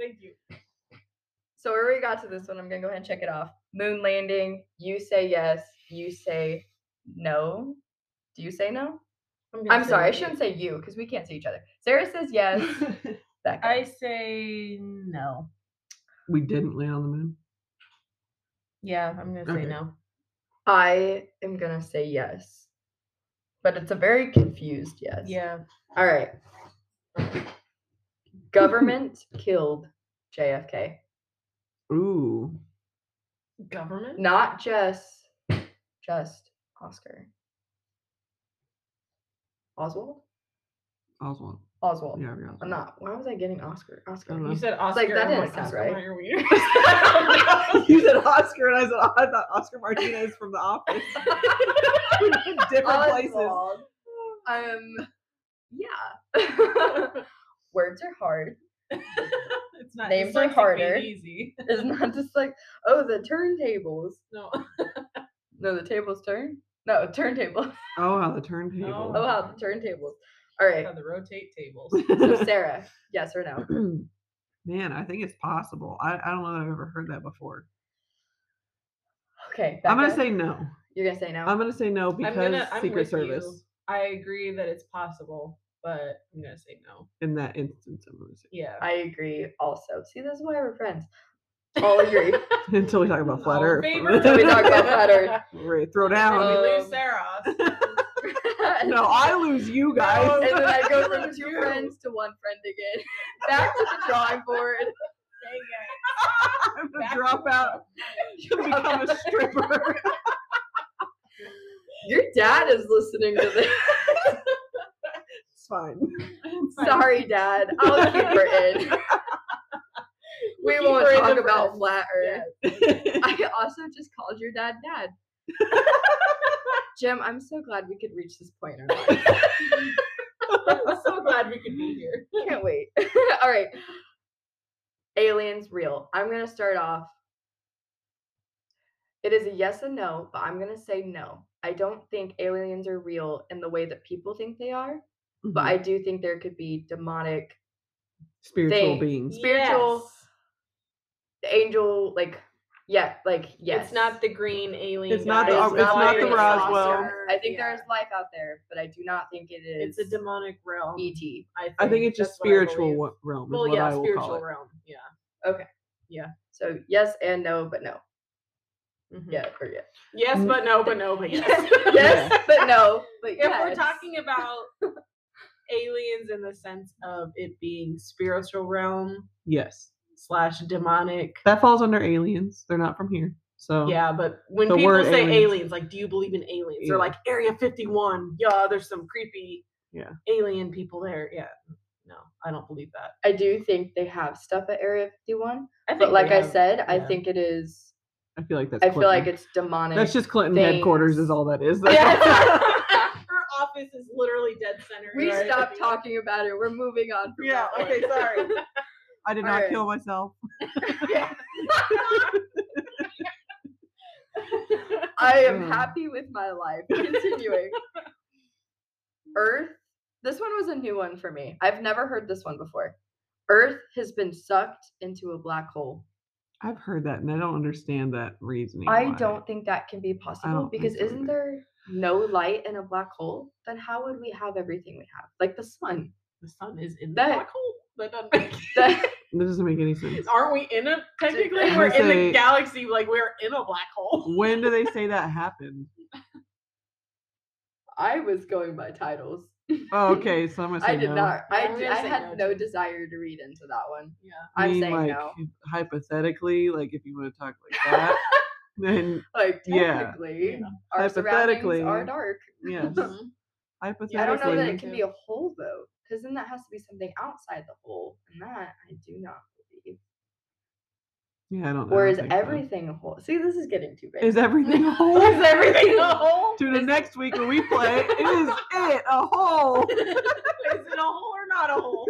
S2: Thank you.
S3: So we already got to this one. I'm gonna go ahead and check it off. Moon landing. You say yes. You say no. Do you say no? I'm sorry. I shouldn't say you because we can't see each other. Sarah says yes. Becca.
S2: I say no.
S1: we didn't land on the moon.
S2: Yeah, I'm gonna say
S1: Okay.
S2: no.
S3: I am gonna say yes, but it's a very confused yes.
S2: Yeah.
S3: All right. Government killed JFK.
S1: Ooh.
S2: Government?
S3: Not just just Oscar. Oswald.
S1: Oswald.
S3: Oswald.
S1: Yeah, yeah.
S3: I'm not. Why was I getting Oscar? Oscar.
S1: don't
S2: You said Oscar.
S3: Mm-hmm.
S2: Oh
S3: like, that
S2: I'm
S3: didn't sound
S2: Oscar
S3: right.
S2: Mayer Wiener.
S1: you said Oscar, and I said I thought Oscar Martinez from The Office. We've been different places.
S3: Oswald. Um. Yeah. Words are hard.
S2: it's not
S3: Names
S2: it's
S3: are
S2: like being
S3: harder.
S2: Easy.
S3: It's not just like oh the turntables.
S2: No.
S3: No, the tables turn. No turntable.
S1: Oh, how the turntable.
S3: Oh wow, the turntables. All right.
S2: On the rotate tables.
S3: So Sarah, yes or no?
S1: Man, I think it's possible. I, I don't know that I've ever heard that before.
S3: Okay.
S1: I'm gonna
S3: Becca,
S1: say no.
S3: you're gonna say no.
S1: I'm gonna say no because
S2: gonna- I'm
S1: Secret
S2: with
S1: Service.
S2: you. I agree that it's possible, but I'm gonna say no.
S1: In that instance, I'm gonna say
S2: Yeah.
S3: I agree. Also, see, this is why we're friends. All agree.
S1: until we talk about flat
S2: All in
S1: Earth.
S2: favor?
S3: Until we talk about flat earth.
S1: Ready to throw
S2: And
S1: down.
S2: we
S3: Um,
S2: lose Sarah.
S1: no, I lose you
S2: No.
S1: guys.
S3: Oh. And then I go from
S2: Screw
S3: two
S2: you.
S3: friends to one friend again. Back to the drawing board.
S2: Dang it.
S1: I'm gonna
S2: Back
S1: drop out to become a stripper.
S3: Your dad is listening to this.
S1: it's fine.
S2: Fine.
S3: Sorry, Dad. I'll keep her in. We
S2: Keep
S3: won't
S2: her in
S3: talk
S2: the
S3: about
S2: friends.
S3: flat Earth.
S2: Yeah.
S3: I also just called your dad dad. Jim, I'm so glad we could reach this point. in our lives.
S2: I'm so glad we could be here.
S3: Can't wait. All right. Aliens real. I'm gonna start off. It is a yes and no, but I'm gonna say no. I don't think aliens are real in the way that people think they are,
S2: Mm-hmm.
S3: but I do think there could be demonic
S1: spiritual
S3: Thing.
S1: beings.
S3: Spiritual- angel, like yeah, like yes.
S2: It's not the green alien.
S1: It's not
S2: guy,
S1: the- it's not
S2: the
S1: the
S2: green
S1: Roswell.
S2: saucer.
S3: I think
S2: Yeah.
S3: there is life out there, but I do not think it is E
S2: It's a demonic realm.
S3: ET.
S2: I think,
S1: e, I think it's just
S2: That's what I
S1: spiritual
S2: believe.
S1: wa- realm. Is
S2: Well,
S1: what
S2: yeah,
S1: I will call
S2: spiritual
S1: it.
S2: realm. Yeah.
S3: So yes and no, but no.
S2: Hmm.
S3: Yeah, or yes.
S2: Mm-hmm. Yes,
S1: Mm.
S2: but no, but no, but yes.
S3: yes, but no, but
S2: If we're
S3: yes.
S2: talking about aliens in the sense of it being spiritual realm
S1: Yes.
S2: slash demonic.
S1: That falls under aliens. They're not from here. So
S2: Yeah, but when
S1: Uh-huh. The
S2: people
S1: word
S2: say aliens.
S1: aliens.
S2: like, do you believe in aliens?
S1: Yeah.
S2: They're like Area 51. Yeah, there's some creepy
S1: Yeah.
S2: alien people there. Yeah. No, I don't believe that.
S3: I do think they have stuff at Area 51,
S2: I
S3: but like
S2: they
S3: I
S2: have-
S3: said, I
S2: yeah.
S3: think it is.
S1: I feel like that's
S3: I feel like
S1: Clinton.
S3: it's demonic.
S1: that's just Clinton
S3: things.
S1: headquarters is all that is.
S3: Yeah.
S2: Her office is literally dead center.
S3: we
S2: right?
S3: stopped talking about it. We're moving on. From
S1: Yeah,
S3: that
S1: okay,
S3: one.
S1: sorry. I did not
S3: Alright.
S1: kill myself.
S3: I am
S1: Mm.
S3: happy with my life. Continuing. Earth. This one was a new one for me. I've never heard this one before. Earth has been sucked into a black hole.
S1: I've heard that and I don't understand that reasoning.
S3: I
S1: why.
S3: don't think that can be possible
S1: don't think
S3: because
S1: so
S3: isn't
S1: either.
S3: there no light in a black hole? Then how would we have everything we have? Like the sun.
S2: the sun is in the
S3: That-
S2: black hole. That doesn't make
S3: That-
S1: This doesn't make any sense.
S2: Aren't we in a technically
S3: I'm
S2: we're
S1: gonna
S2: in the
S1: say-
S2: galaxy like we're in a black hole.
S1: When do they say that happened?
S3: I was going by titles.
S1: Oh, okay, so I'm gonna say
S3: I did
S1: no.
S3: not. I,
S2: I'm
S3: d-
S2: gonna
S3: I
S2: say
S3: had
S2: no,
S3: no
S2: too.
S3: desire to read into that one.
S2: Yeah.
S1: I
S3: I'm
S1: mean,
S3: saying
S1: like
S3: no.
S1: if- hypothetically, like if you want to talk like that, then
S3: Like
S1: Yeah.
S3: technically,
S2: Yeah.
S3: our surroundings are
S1: Hypothetically,
S3: dark.
S1: yes.
S2: Mm-hmm.
S1: Hypothetically,
S3: I don't know that it
S2: Me
S3: can
S2: too.
S3: be a hole though, because then that has to be something outside the hole, and that I do not believe.
S1: yeah, I don't. know.
S3: Or is everything a hole? See, this is getting too big.
S1: is everything a hole?
S2: Is everything a hole?
S1: Tune in
S2: Is-
S1: next week when we play. Is it a hole?
S2: Is it a hole or not a hole?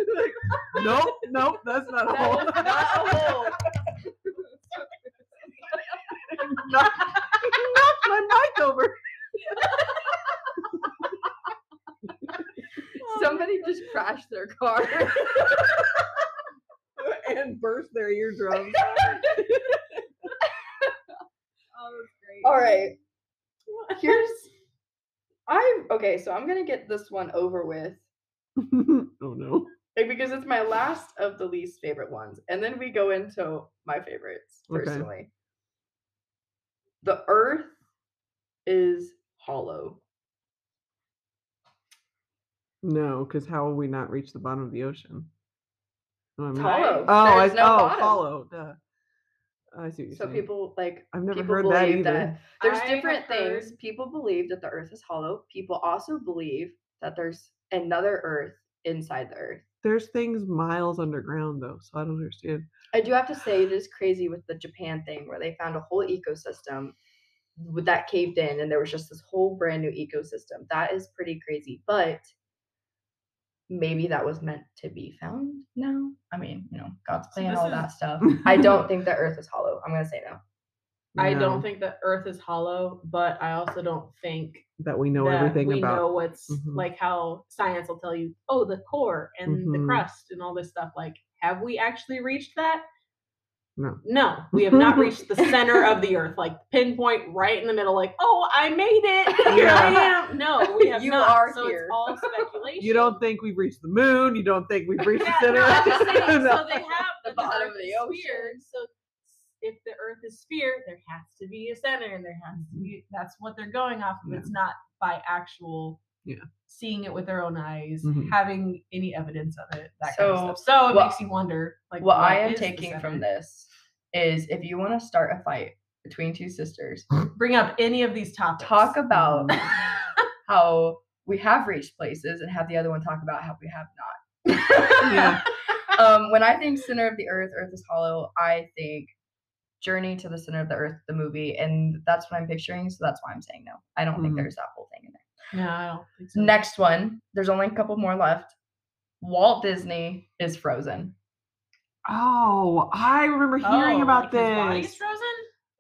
S1: Nope, nope, that's not a
S3: That
S1: hole.
S3: is not a hole.
S1: Knocked my mic over.
S3: Somebody just crashed their car.
S1: and burst their eardrums.
S2: Oh, that's great.
S3: All right, here's. I okay, so I'm gonna get this one over with.
S1: oh no.
S3: Like because it's my last of the least favorite ones. And then we go into my favorites
S1: Okay.
S3: personally. The earth is hollow.
S1: No, because how will we not reach the bottom of the ocean? No, I
S3: It's
S1: mean-
S2: Right.
S3: hollow.
S1: oh, I
S3: There's no
S1: oh, Mm-hmm.
S3: bottom.
S1: follow. Duh. I see what you're
S3: So
S1: saying.
S3: people like
S1: I've never
S3: people
S1: heard that
S3: believe
S1: either.
S3: that there's
S2: I have
S3: different things.
S2: heard-
S3: People believe that the earth is hollow. People also believe that there's another earth inside the earth.
S1: There's things miles underground though, so I don't understand.
S3: I do have to say it is crazy with the Japan thing where they found a whole ecosystem with that caved in and there was just this whole brand new ecosystem. That is pretty crazy. But maybe that was meant to be found now. I mean, you know, God's
S2: So
S3: plan,
S2: this
S3: all
S2: is-
S3: that stuff. I don't think the earth is hollow. I'm gonna say no.
S2: I
S1: No,
S2: don't think the Earth is hollow, but I also don't think
S1: that we know
S2: that
S1: everything
S2: we
S1: about.
S2: know what's
S1: Mhm.
S2: like how science will tell you oh the core and the
S1: Mhm.
S2: crust and all this stuff like have we actually reached that
S1: No.
S2: no we have not reached the center of the earth like pinpoint right in the middle like oh i made it here i am no we have
S3: You
S2: not
S3: are
S2: so
S3: here.
S2: it's all speculation
S1: You don't think we've reached the moon. You don't think we've reached
S2: yeah,
S1: the center.
S2: no, I'm just saying,
S1: No.
S2: so they have
S3: The
S2: that earth
S3: bottom of the
S2: is sphere,
S3: ocean.
S2: so if the earth is sphere there has to be a center and there has to
S1: Mhm.
S2: be that's what they're going off of
S1: Yeah.
S2: it's not by actual
S1: Yeah.
S2: seeing it with their own eyes
S1: Mhm.
S2: having any evidence of it that kind of
S3: So,
S2: stuff so it
S3: what-
S2: makes you wonder like
S3: what I
S2: what
S3: am
S2: is the
S3: taking from
S2: center?
S3: this is if you want to start a fight between two sisters,
S2: bring up any of these topics
S3: talk about
S2: Mm.
S3: how we have reached places and have the other one talk about how we have not.
S1: Yeah.
S3: um, when I think center of the earth, earth is hollow, I think Journey to the Center of the Earth, the movie, and that's what I'm picturing. So that's why I'm saying no. I don't think
S1: Mhm.
S3: there's that whole thing in there.
S2: no i don't think so
S3: Next one, there's only a couple more left. Walt Disney is frozen.
S1: Oh, I remember hearing
S2: Oh,
S1: about
S2: like his body is
S1: this.
S2: frozen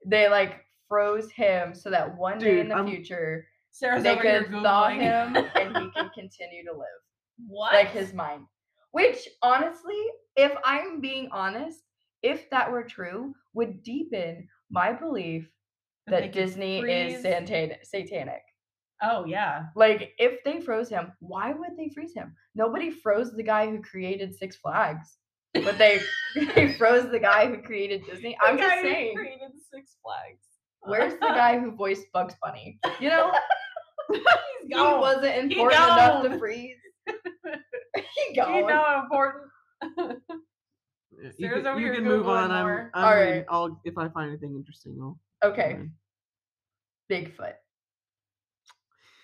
S3: They like froze him so that one day in
S1: Dude,
S3: the
S1: I'm-
S3: future
S2: sarah's
S3: they
S2: over here
S3: could thaw
S2: Googling.
S3: him and he can continue to live.
S2: what
S3: like his mind. Which honestly, if I'm being honest, if that were true, would deepen my belief
S2: That
S3: that,
S2: they could
S3: Disney
S2: freeze-
S3: is satan- satanic.
S2: oh yeah
S3: Like, if they froze him, why would they freeze him? Nobody froze the guy who created Six Flags, but they they froze the guy who created Disney. I'm
S2: The
S3: just
S2: guy who
S3: saying,
S2: created six flags
S3: where's the guy who voiced Bugs Bunny? You know,
S2: He's
S3: he
S2: gone.
S3: wasn't
S2: He
S3: important enough to
S2: gone.
S3: freeze.
S2: You
S3: Keep going.
S2: know how important.
S1: Yeah, You
S2: Sarah's
S1: can,
S2: over
S1: you
S2: here
S1: can move
S2: Googling
S1: on. I'm,
S2: more.
S1: I'm
S3: All
S1: in-
S3: right.
S1: I'll if I find anything interesting, I'll.
S3: Okay,
S1: I'll-
S3: Bigfoot.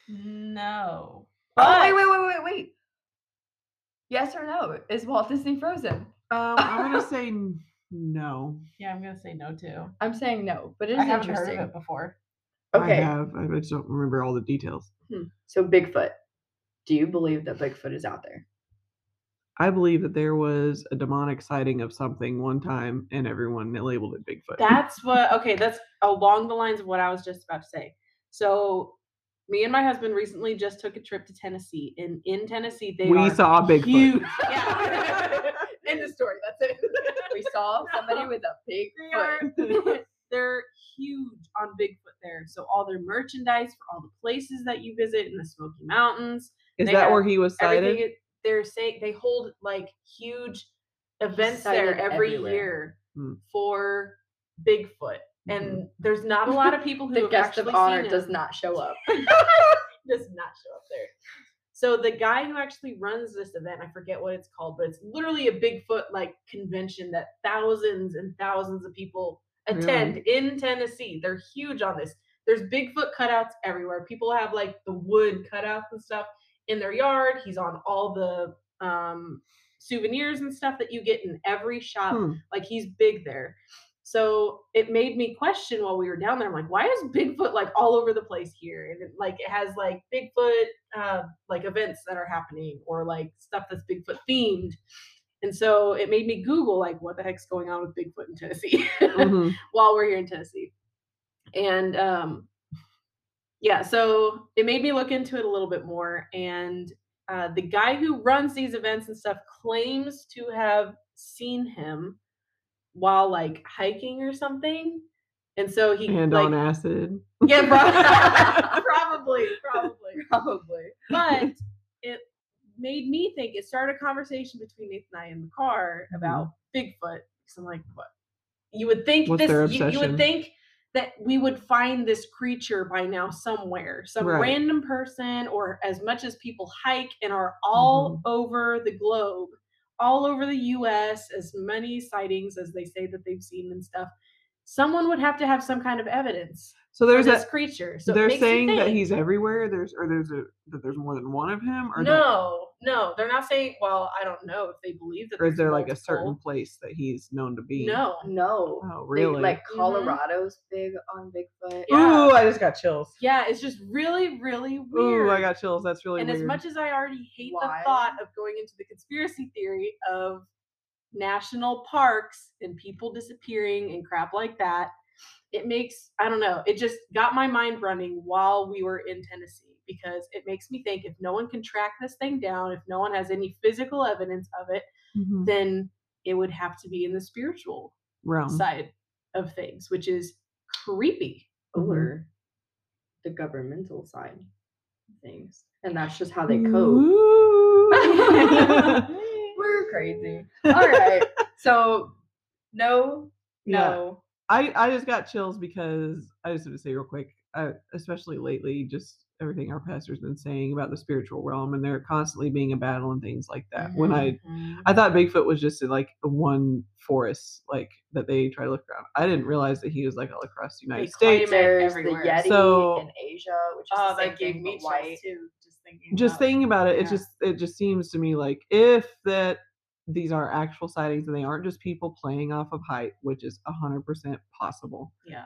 S2: No.
S3: Oh, wait,
S2: But-
S3: wait, wait, wait, wait. Yes or no? Is Walt Disney frozen?
S1: Um, I'm gonna say n- no.
S2: Yeah, I'm gonna say no too.
S3: I'm saying no, but it
S2: I
S3: is
S2: haven't heard
S3: interesting.
S2: of it before.
S1: I
S3: Okay,
S1: have. I just don't remember all the details.
S3: so Bigfoot. Do you believe that Bigfoot is out there?
S1: I believe that there was a demonic sighting of something one time, and everyone labeled it Bigfoot.
S2: That's what. Okay, that's along the lines of what I was just about to say. So, me and my husband recently just took a trip to Tennessee, and in Tennessee they
S1: we
S2: are
S1: saw Bigfoot.
S2: huge.
S3: Yeah. End of story. That's it. We saw somebody with a big
S2: They
S3: foot.
S2: are, they're huge on Bigfoot there. So all their merchandise for all the places that you visit in the Smoky Mountains,
S1: Is
S2: They
S1: that
S2: have
S1: where he was sighted?
S2: everything it- they're saying they hold like huge events
S3: sighted
S2: there every
S3: everywhere. Mm-hmm.
S2: year
S1: Hmm.
S2: for Bigfoot. And there's not a lot of people who
S3: The
S2: have
S3: guest of
S2: actually
S3: honor
S2: seen him.
S3: does not show up.
S2: does not show up there. So the guy who actually runs this event, I forget what it's called, but it's literally a Bigfoot like convention that thousands and thousands of people attend in Tennessee. They're huge on this. There's Bigfoot cutouts everywhere. People have like the wood cutouts and stuff in their yard. He's on all the um, souvenirs and stuff that you get in every shop.
S1: Hmm.
S2: Like he's big there. So it made me question while we were down there. I'm like, why is Bigfoot like all over the place here? And it, like it has like Bigfoot uh, like events that are happening or like stuff that's Bigfoot themed. And so it made me Google like what the heck's going on with Bigfoot in Tennessee
S1: Mhm.
S2: while we're here in Tennessee. And um, yeah, so it made me look into it a little bit more. And uh, the guy who runs these events and stuff claims to have seen him while like hiking or something. And so he
S1: And
S2: like
S1: on acid.
S2: yeah prob- probably probably
S3: Probably.
S2: but it made me think it started a conversation between Nathan and I in the car about Bigfoot. Because I'm like, what? You would think
S1: What's
S2: this
S1: their
S2: you, you would
S1: obsession?
S2: think that we would find this creature by now somewhere. Some
S1: Right.
S2: random person or as much as people hike and are all
S1: Mhm.
S2: over the globe, all over the US, as many sightings as they say that they've seen and stuff. Someone would have to have some kind of evidence
S1: So
S2: for
S1: there's
S2: this
S1: a.
S2: creature. So it
S1: they're
S2: makes you
S1: saying that
S2: think.
S1: he's everywhere. There's or there's a that there's more than one of him. Or that-
S2: No, no, they're not saying. Well, I don't know if they believe that.
S1: or is
S2: there's
S1: there like a certain
S2: multiple.
S1: place that he's known to be?
S2: No,
S3: Mm-hmm. No.
S1: Oh,
S3: They-
S1: really?
S3: like
S2: Mhm.
S3: Colorado's big on Bigfoot.
S2: Yeah.
S1: Ooh, I just got chills.
S2: yeah, it's just really, really weird.
S1: Ooh, I got chills. That's really
S2: and
S1: weird.
S2: as much as I already hate
S3: Why?
S2: the thought of going into the conspiracy theory of national parks and people disappearing and crap like that, it makes I don't know. It just got my mind running while we were in Tennessee because it makes me think if no one can track this thing down, if no one has any physical evidence of it,
S1: Mhm.
S2: then it would have to be in the spiritual
S1: realm.
S2: side of things, which is creepy.
S3: Or the governmental side of things. And that's just how they code. We're crazy. All right. So no,
S1: Yeah.
S3: no.
S1: I, I just got chills because I just want to say real quick, uh, especially lately, just everything our pastor's been saying about the spiritual realm and there constantly being a battle and things like that. When I I thought Bigfoot was just in, like one forest, like that they try to look around. I didn't realize that he was like all across the United
S2: claim
S1: States.
S2: it
S3: There's the
S2: everywhere.
S3: Yeti
S1: So-
S3: in Asia, which is
S2: oh,
S3: the same
S2: that gave
S3: thing,
S2: me
S3: but white.
S2: chills too. Just thinking.
S1: Just thinking about it, it
S2: yeah.
S1: just it just seems to me like if that these are actual sightings and they aren't just people playing off of hype, which is hundred percent possible.
S2: Yeah.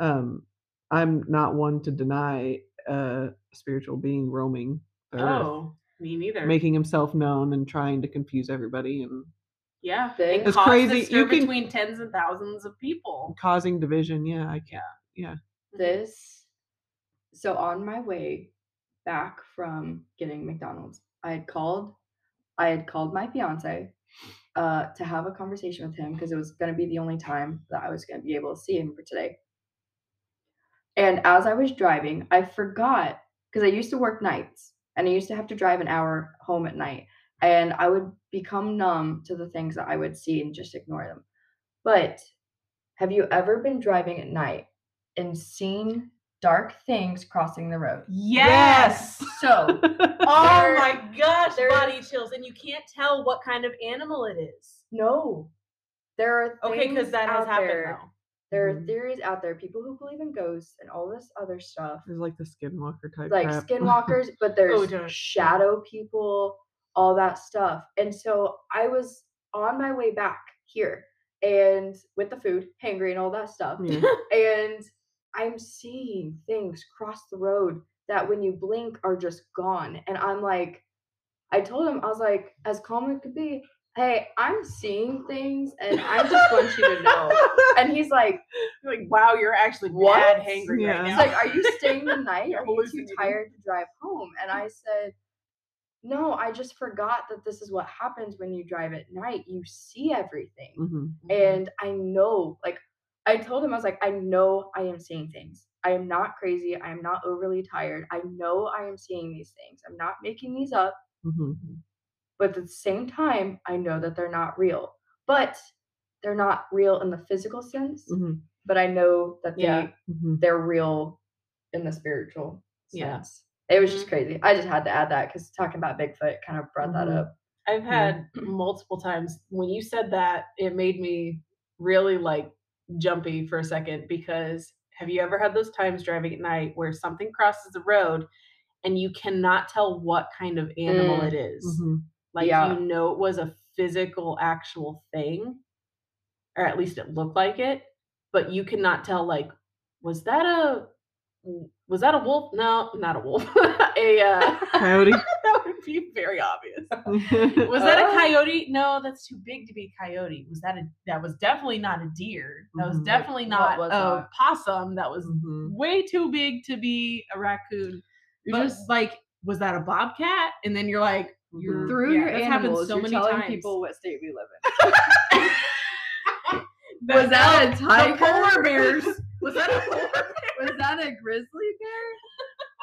S1: Um, I'm not one to deny a spiritual being roaming the earth,
S2: Oh, me neither.
S1: making himself known and trying to confuse everybody and
S2: yeah,
S3: They-
S2: and
S1: It's
S2: cause the
S1: crazy, you
S2: stir
S1: can-
S2: between tens and thousands of people.
S1: causing division. Yeah, I can't.
S3: This so on my way back from getting McDonald's, I had called I had called my fiance uh to have a conversation with him because it was gonna be the only time that I was gonna be able to see him for today. And as I was driving, I forgot because I used to work nights and I used to have to drive an hour home at night. And I would become numb to the things that I would see and just ignore them. But have you ever been driving at night and seen dark things crossing the road.
S2: Yes.
S3: So
S4: Oh
S3: There-
S4: my gosh,
S3: there-
S4: body chills, and you can't tell what kind of animal it is.
S3: no, there are things
S4: Okay, because that has
S3: out
S4: happened Mm-hmm.
S3: there.
S4: now.
S3: There are
S1: Mhm.
S3: theories out there, people who believe in ghosts and all this other stuff,
S1: There's like the skinwalker type.
S3: like
S1: crap.
S3: skinwalkers, but there's
S4: Oh, don't.
S3: shadow people, all that stuff. And so I was on my way back here and with the food, hangry and all that stuff.
S1: Yeah.
S3: And I'm seeing things cross the road that when you blink are just gone. And I'm like, I told him, I was like, as calm as could be, hey, I'm seeing things and I just want you to know. And he's like,
S2: You're like, wow, you're actually
S3: What?
S2: mad hangry
S1: Yeah.
S2: right
S3: he's
S2: now.
S3: like, are you staying the night?
S2: You're
S3: Are you too
S2: hallucinating.
S3: tired to drive home? And I said, no, I just forgot that this is what happens when you drive at night. You see everything.
S1: Mhm.
S3: And I know, like, I told him, I was like, I know I am seeing things. I am not crazy. I am not overly tired. I know I am seeing these things. I'm not making these up.
S1: Mhm.
S3: But at the same time, I know that they're not real. But they're not real in the physical sense.
S1: Mhm.
S3: But I know that they,
S2: Yeah.
S1: Mhm.
S3: they're real in the spiritual
S2: Yeah.
S3: sense. It was just crazy. I just had to add that because talking about Bigfoot kind of brought that
S1: Mhm.
S3: up.
S2: I've
S1: Yeah.
S2: had multiple times when you said that, it made me really like jumpy for a second because have you ever had those times driving at night where something crosses the road and you cannot tell what kind of animal
S3: Mm.
S2: it is?
S1: Mhm.
S2: Like
S3: Yeah.
S2: you know it was a physical actual thing or at least it looked like it, but you cannot tell like was that a was that a wolf? No, not a wolf. a uh,
S1: Coyote.
S2: that would be very obvious. Was that a
S3: Oh.
S2: coyote? No, that's too big to be a coyote. Was that a that was definitely not a deer. That was
S1: Mhm.
S2: definitely
S3: Mm-hmm.
S2: not
S3: What
S2: a
S3: was that? Mm-hmm.
S2: possum. That was
S1: Mhm.
S2: way too big to be a raccoon.
S3: You
S2: But
S3: just-
S2: like, was that a bobcat? And then you're like, you're
S1: Mhm.
S3: Through
S2: yeah,
S3: your
S2: that's happened
S3: animals,
S2: so
S3: you're
S2: many
S3: telling
S2: times.
S3: people what state we live in.
S2: That-
S3: Was that a
S2: the
S3: tiger?
S2: polar bears? Was that a polar bear?
S3: Was that a grizzly bear?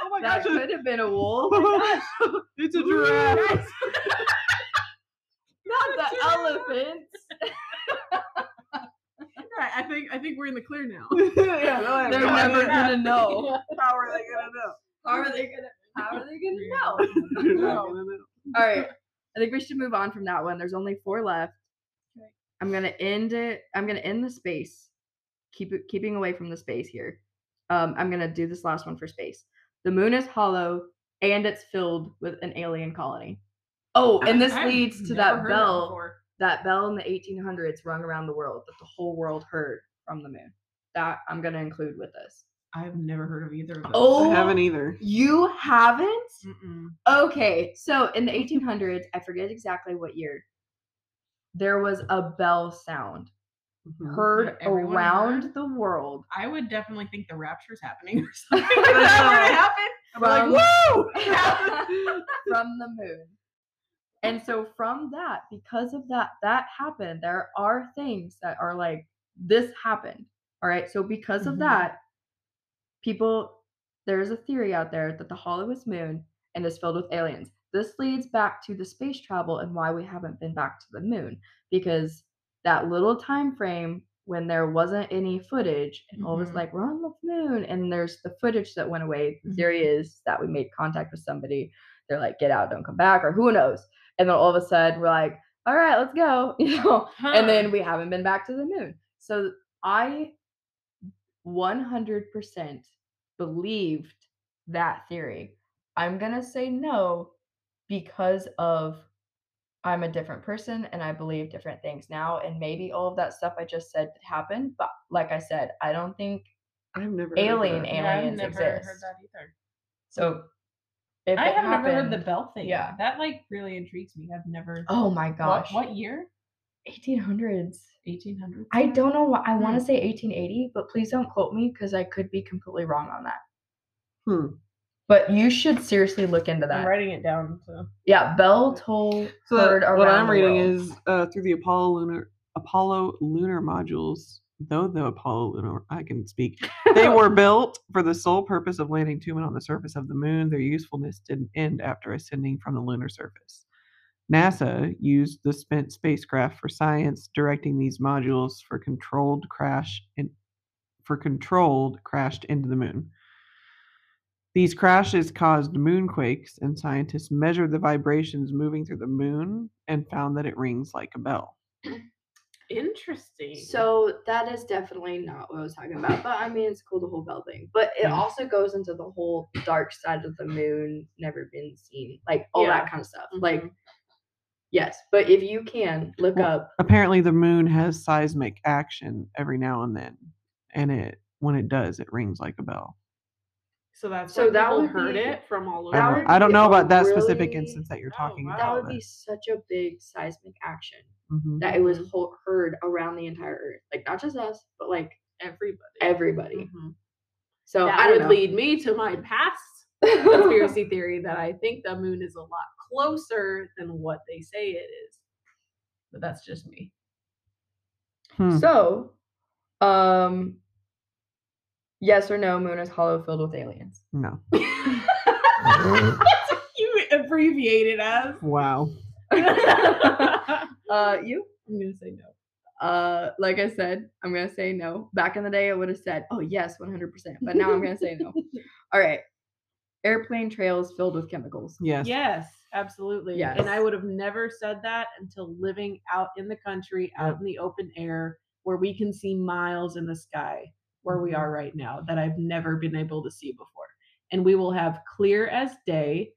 S1: Oh my
S3: That
S1: gosh.
S3: could have been a wolf.
S1: it's a
S3: Not
S1: giraffe.
S3: the elephant.
S2: Right, I think I think we're in the clear now.
S1: yeah,
S3: They're
S2: no
S3: never
S2: idea.
S3: gonna know.
S1: How are they gonna know?
S3: How are they gonna? How are they gonna know?
S1: They're not
S2: No.
S1: gonna know.
S3: All right. I think we should move on from that one. There's only four left.
S2: Okay.
S3: I'm gonna end it. I'm gonna end the space. Keep it keeping away from the space here. Um, I'm gonna do this last one for space. The moon is hollow and it's filled with an alien colony. Oh, and this
S2: I've
S3: leads to
S2: never
S3: that
S2: heard
S3: bell.
S2: before.
S3: that bell in the 1800s rung around the world that the whole world heard from the moon. That I'm going to include with this.
S2: I've never heard of either of those.
S3: Oh.
S1: I haven't either.
S3: You haven't?
S2: Mm-mm.
S3: Okay. So in the 1800s, I forget exactly what year, there was a bell sound
S1: Mhm.
S3: heard
S2: everyone
S3: around
S2: heard?
S3: the world.
S2: I would definitely think the rapture's happening or something. If that were to happen, I'm like, woo!
S3: from the moon. And so from that, because of that, that happened. There are things that are like, this happened. All right. So because of
S2: Mhm.
S3: that, people there's a theory out there that the hollow is moon and is filled with aliens. This leads back to the space travel and why we haven't been back to the moon. Because that little time frame when there wasn't any footage and all was
S2: Mhm.
S3: like, we're on the moon, and there's the footage that went away. The
S2: Mhm.
S3: theory is that we made contact with somebody. They're like, get out, don't come back, or who knows. And then all of a sudden we're like, all right, let's go. You know,
S2: Uh-huh.
S3: and then we haven't been back to the moon. So I 100% believed that theory. I'm going to say no because of I'm a different person and I believe different things now. And maybe all of that stuff I just said happened. But like I said, I don't think
S1: I've never
S3: Alien
S1: heard
S3: and- aliens
S2: I've never
S3: exist.
S2: heard that either.
S3: so. If
S2: I
S3: it
S2: have never heard the
S3: happened-
S2: bell thing.
S3: yeah.
S2: That like really intrigues me. I've never
S3: Oh my
S2: What-
S3: gosh.
S2: What, year?
S3: 1800s.
S2: Eighteen hundred.
S3: I don't know why.
S2: Hmm.
S3: I want to say 1880, but please don't quote me because I could be completely wrong on that.
S1: Hmm.
S3: But you should seriously look into
S2: I'm
S3: that.
S2: writing it down so
S3: Yeah, bell toll
S1: So
S3: heard
S1: that, what
S3: around
S1: I'm
S3: the
S1: reading
S3: world.
S1: is uh, through the Apollo lunar Apollo lunar modules. Though the Apollo lunar, I can speak. They were built for the sole purpose of landing two men on the surface of the moon. Their usefulness didn't end after ascending from the lunar surface. NASA used the spent spacecraft for science, directing these modules for controlled crash and for controlled crashed into the moon. These crashes caused moonquakes, and scientists measured the vibrations moving through the moon and found that it rings like a bell.
S2: Interesting.
S3: So that is definitely not what I was talking about. But I mean, it's cool the whole bell thing. But it
S1: Yeah.
S3: also goes into the whole dark side of the moon, never been seen, like all
S2: Yeah. Mm-hmm.
S3: that kind of stuff. Like, yes. But if you can look
S1: Well,
S3: up,
S1: Apparently, the moon has seismic action every now and then, and it when it does, it rings like a bell.
S2: so that's
S3: So
S2: why
S3: that
S2: people
S3: would
S2: heard
S3: be-
S2: it from all over.
S1: I
S3: That
S1: don't,
S3: would
S1: know. I don't
S3: be
S1: know
S3: a
S1: about that specific
S3: really-
S1: instance that you're
S2: Oh,
S1: talking
S2: wow.
S3: that
S1: about.
S3: would be such a big seismic action
S1: but- Mhm.
S3: that it was ho- heard around the entire earth. Like, not just us, but like
S2: Everybody.
S3: everybody.
S2: Mhm.
S3: So
S2: that
S3: I
S2: would
S3: don't know.
S2: lead me to my past conspiracy theory that I think the moon is a lot closer than what they say it is. But that's just me.
S1: Hmm.
S3: So, um, yes or no, moon is hollow filled with aliens.
S1: No.
S2: That's what you abbreviated as.
S1: Wow.
S2: I'm
S3: Uh, you?
S2: gonna say no.
S3: Uh, like I said, I'm gonna say no. Back in the day, I would have said, "Oh yes, 100," percent but now I'm gonna say no. All right. Airplane trails filled with chemicals.
S1: Yes.
S2: Yes, absolutely.
S3: Yes.
S2: And I would have never said that until living out in the country, out in the open air, where we can see miles in the sky where we are right now that I've never been able to see before. And we will have clear as day.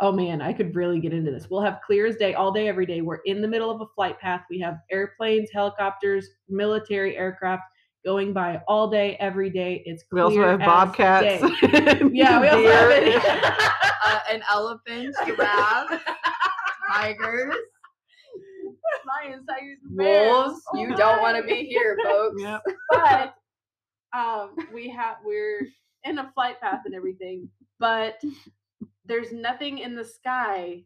S2: Oh man, I could really get into this. We'll have clear as day all day, every day. We're in the middle of a flight path. We have airplanes, helicopters, military aircraft going by all day, every day. It's
S1: We
S2: clear
S1: also have
S2: as
S1: bobcats.
S2: day. Yeah, we also have it.
S3: Uh, an elephant, giraffe, tigers,
S2: lions, tigers, and bears.
S3: wolves.
S2: Oh
S3: You don't want
S2: my.
S3: to be here, folks.
S1: Yep.
S2: But um, we have we're in a flight path and everything, but there's nothing in the sky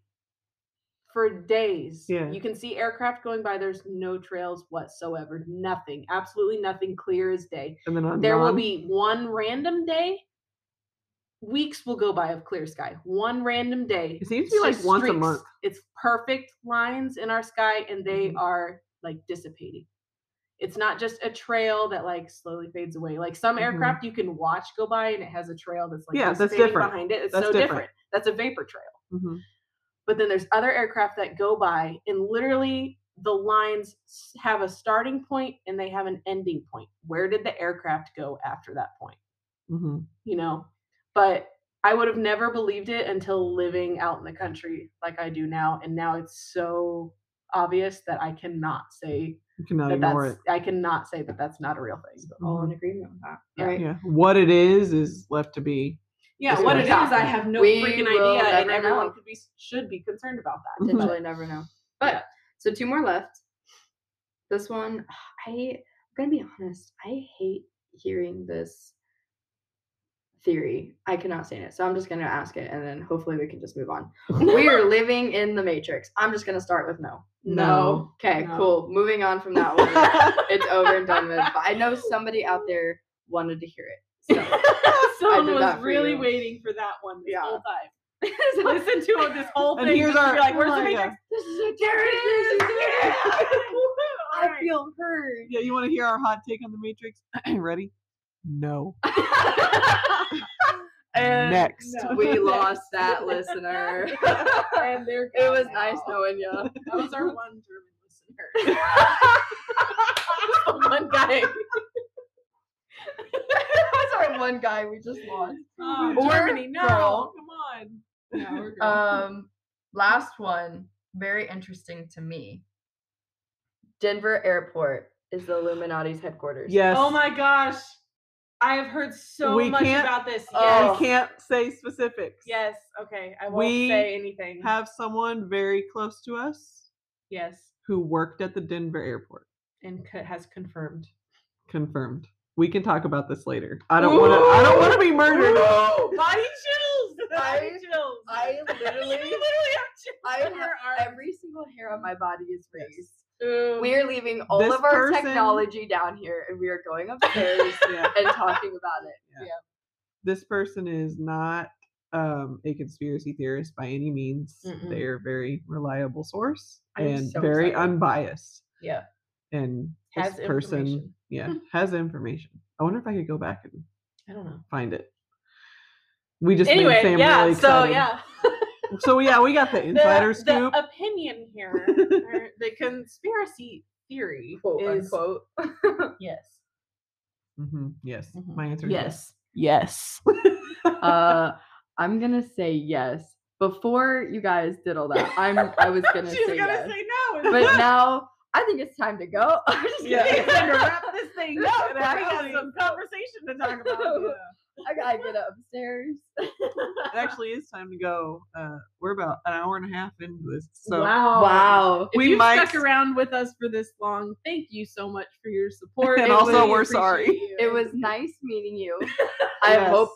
S2: for days.
S1: Yeah.
S2: You can see aircraft going by. There's no trails whatsoever. Nothing. Absolutely nothing. Clear as day.
S1: and then on
S2: There will
S1: dawn,
S2: be one random day. Weeks will go by of clear sky. One random day.
S1: It seems to be
S2: It's
S1: like
S2: just
S1: once a
S2: streaks.
S1: month.
S2: It's perfect lines in our sky, and they
S1: Mhm.
S2: are like dissipating. It's not just a trail that like slowly fades away. Like some
S1: Mhm.
S2: aircraft you can watch go by, and it has a trail that's like
S1: Yeah, that's
S2: dissipating
S1: different.
S2: behind it. It's
S1: That's
S2: so
S1: different.
S2: different. That's a vapor trail.
S1: Mhm.
S2: But then there's other aircraft that go by, and literally the lines s- have a starting point and they have an ending point. Where did the aircraft go after that point?
S1: hmm
S2: you know. But I would have never believed it until living out in the country like I do now. And now it's so obvious that I cannot say
S1: You cannot
S2: that
S1: ignore
S2: that's
S1: it.
S2: I cannot say that that's not a real thing.
S3: All in agreement with that.
S2: Yeah.
S3: All right.
S1: Yeah. What it is is left to be.
S2: Yeah,
S1: Just
S2: what it
S1: gonna
S2: is,
S3: stop.
S2: I have no
S3: We
S2: freaking
S3: will
S2: idea, and
S3: never
S2: everyone
S3: know.
S2: could be should be concerned about that.
S1: Mhm.
S3: potentially never know. But so two more left. This one, I I'm gonna be honest, I hate hearing this theory. I cannot stand it. So I'm just gonna ask it and then hopefully we can just move on. we are living in the matrix. I'm just gonna start with no.
S1: No.
S3: Okay,
S2: No.
S3: cool. Moving on from that one. it's over and done with. But I know somebody out there wanted to hear it. So
S2: Someone
S3: did that
S2: was
S3: for
S2: really
S3: you.
S2: waiting for that one this
S3: Yeah.
S2: whole time. So Listen to this whole
S1: And
S2: thing.
S1: here's
S2: just to
S1: our-
S2: be like,
S3: oh
S2: where's
S1: Oh, yeah.
S2: the matrix?
S3: this is
S2: There
S3: a
S2: it is. Yeah. Woohoo. All
S3: I
S2: right.
S3: feel heard.
S1: Yeah, you want to hear our hot take on the Matrix? Ready? No.
S2: Uh,
S3: And
S1: Next.
S2: no.
S3: we lost that listener.
S2: and they're
S3: It
S2: gone
S3: was
S2: now.
S3: nice knowing you.
S2: That was our one German listener. The one guy.
S3: That's our one guy we just lost.
S2: Oh,
S3: Or
S2: Germany, no,
S3: girl.
S2: come on. No, we're
S1: Uh,
S2: girl.
S3: Um, last one, very interesting to me. Denver Airport is the Illuminati's headquarters.
S1: Yes.
S2: oh my gosh, I have heard so
S1: We
S2: much
S1: can't-
S2: about this. Yes,
S3: Oh.
S1: We can't say specifics.
S2: yes. Okay, I won't
S1: We
S2: say anything.
S1: Have someone very close to us
S2: yes,
S1: who worked at the Denver airport.
S2: and co- has confirmed.
S1: Confirmed. We can talk about this later. I don't want to. I don't want to be murdered.
S2: Ooh, body chills. Body
S3: I-
S2: chills.
S3: I
S2: You
S3: literally-
S2: literally have chills.
S3: I
S2: on your
S3: have
S2: arm.
S3: every single hair on my body is raised.
S2: Ooh.
S3: We are leaving all
S1: This
S3: of our
S1: person-
S3: technology down here, and we are going upstairs
S1: Yeah.
S3: and talking about it.
S1: This person is not um, a conspiracy theorist by any means.
S2: Mm-mm.
S1: They are a very reliable source
S3: I'm
S1: and
S3: so
S1: very
S3: excited.
S1: unbiased.
S2: Yeah.
S1: And this
S2: Has
S1: person,
S2: information.
S1: yeah, has information. I wonder if I could go back and
S2: I don't know.
S1: find it. We just made
S4: anyway,
S1: Sam
S4: yeah.
S1: really
S4: so
S1: excited.
S4: yeah,
S1: So yeah, we got the
S4: The-
S1: insider
S4: the,
S1: scoop.
S4: opinion here, or the conspiracy theory
S2: Quote,
S4: is
S2: unquote. yes.
S1: hmm Yes,
S3: Mhm.
S1: my answer is yes.
S2: Yes. Yes.
S3: uh, I'm gonna say yes. Before you guys did all that, I'm I was gonna
S2: She's
S3: say
S2: gonna
S3: yes,
S2: say no.
S3: but now I think it's time to go. I'm just
S1: Yeah.
S3: kidding.
S1: It's time to
S2: wrap this thing
S1: up,
S2: up. I got
S1: really.
S2: some conversation to talk about.
S3: Yeah. I gotta get upstairs.
S1: It actually is time to go. Uh, we're about an hour and a half into this, so
S2: wow.
S3: wow.
S2: If
S1: We
S2: you
S1: might-
S2: stuck around with us for this long, thank you so much for your support.
S1: And
S2: We
S1: also
S2: really
S1: we're
S2: appreciate
S1: sorry.
S2: you.
S3: It was nice meeting you. I
S1: Yes.
S3: hope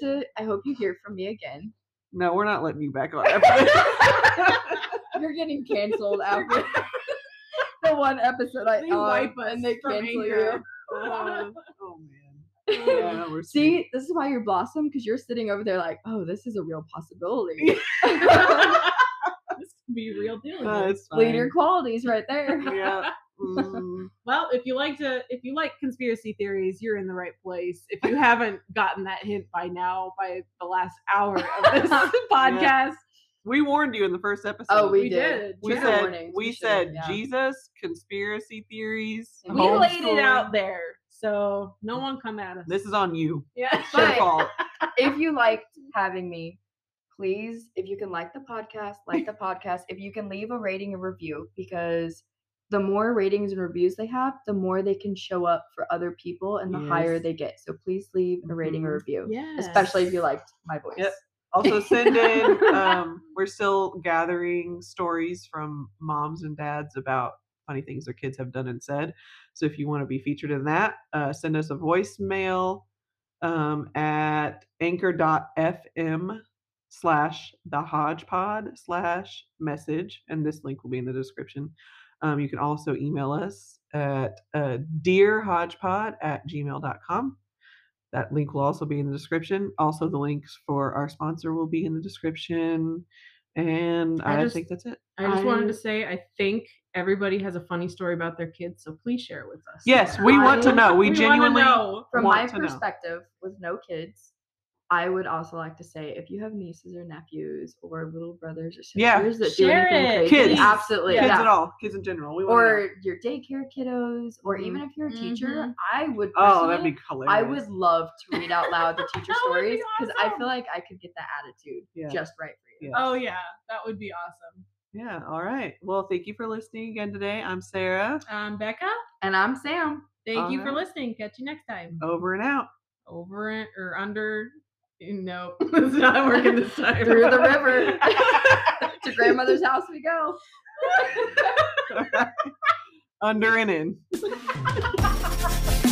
S3: to I hope you hear from me again.
S1: no, we're not letting you back on. Oh, after this.
S3: You're getting canceled after the one episode I
S2: They
S3: uh,
S2: wipe us
S3: and they
S2: from
S3: cancel
S2: anger.
S3: you.
S1: oh, oh, man.
S2: Yeah.
S1: Yeah, we're screwed.
S3: See, this is why you're blossom because you're sitting over there like, oh, this is a real possibility.
S2: this could be real deal.
S1: Uh, it's fine.
S3: Leader qualities right there.
S1: Yeah. Mm,
S2: Well, if you like to, if you like conspiracy theories, you're in the right place. If you haven't gotten that hint by now, by the last hour of this podcast,
S1: we warned you in the first episode.
S3: Oh, we,
S2: We
S3: did.
S2: did.
S1: We
S3: Trigger
S1: said
S3: warnings,
S1: we,
S3: should've-
S1: said
S3: yeah.
S1: Jesus, conspiracy theories.
S3: We
S2: we laid it
S1: homeschooling.
S2: out there, so no one come at us.
S1: Mm. This is on you.
S2: yeah,
S1: It's your
S3: But-
S1: fault.
S3: if you liked having me, please, if you can like the podcast, like the podcast. If you can leave a rating and review, because the more ratings and reviews they have, the more they can show up for other people and the higher
S1: Yes.
S3: they get. So please leave a rating or
S1: Mhm.
S3: review,
S2: yeah,
S3: especially if you liked my voice.
S1: Yep. Also, send in. Um, we're still gathering stories from moms and dads about funny things their kids have done and said. So, if you want to be featured in that, uh, send us a voicemail um, at anchor.fm slash the hodgepod slash message. And this link will be in the description. Um, you can also email us at uh, dearhodgepod at gmail.com. That link will also be in the description. Also, the links for our sponsor will be in the description. And
S2: I
S1: I,
S2: just-
S1: think that's it.
S2: I just wanted to
S3: I-
S2: say, I think everybody has a funny story about their kids, so please share with us.
S1: Yes, we want to
S3: I-
S1: know. We,
S2: wanna
S1: genuinely.
S2: know.
S3: From my
S1: want to know.
S3: perspective, with no kids, I would also like to say if you have nieces or nephews or little brothers or sisters
S1: Yeah.
S3: that
S2: Share
S3: do anything
S2: it,
S3: crazy,
S1: please.
S3: absolutely,
S1: Kids
S3: yeah.
S1: at all, kids in general. We wanna know.
S3: or your daycare kiddos, or even if you're a teacher,
S2: Mhm.
S3: I would.
S1: oh, that'd
S3: personally-
S1: be hilarious.
S3: I would love to read out loud the teacher
S2: That would be
S3: stories because I
S2: awesome.
S3: feel like I could get that attitude
S1: Yeah.
S3: just right for you.
S1: Yes.
S2: Oh yeah, that would be awesome.
S1: yeah. All right. Well, thank you for listening again today. I'm Sarah.
S2: Um, Becca,
S3: And I'm Sam.
S2: thank you for
S1: Alright.
S2: listening. Catch you next time.
S1: Over and out.
S2: Over it or under? Nope, it's not working this time.
S3: Through the river. to grandmother's house we go.
S1: Under and in.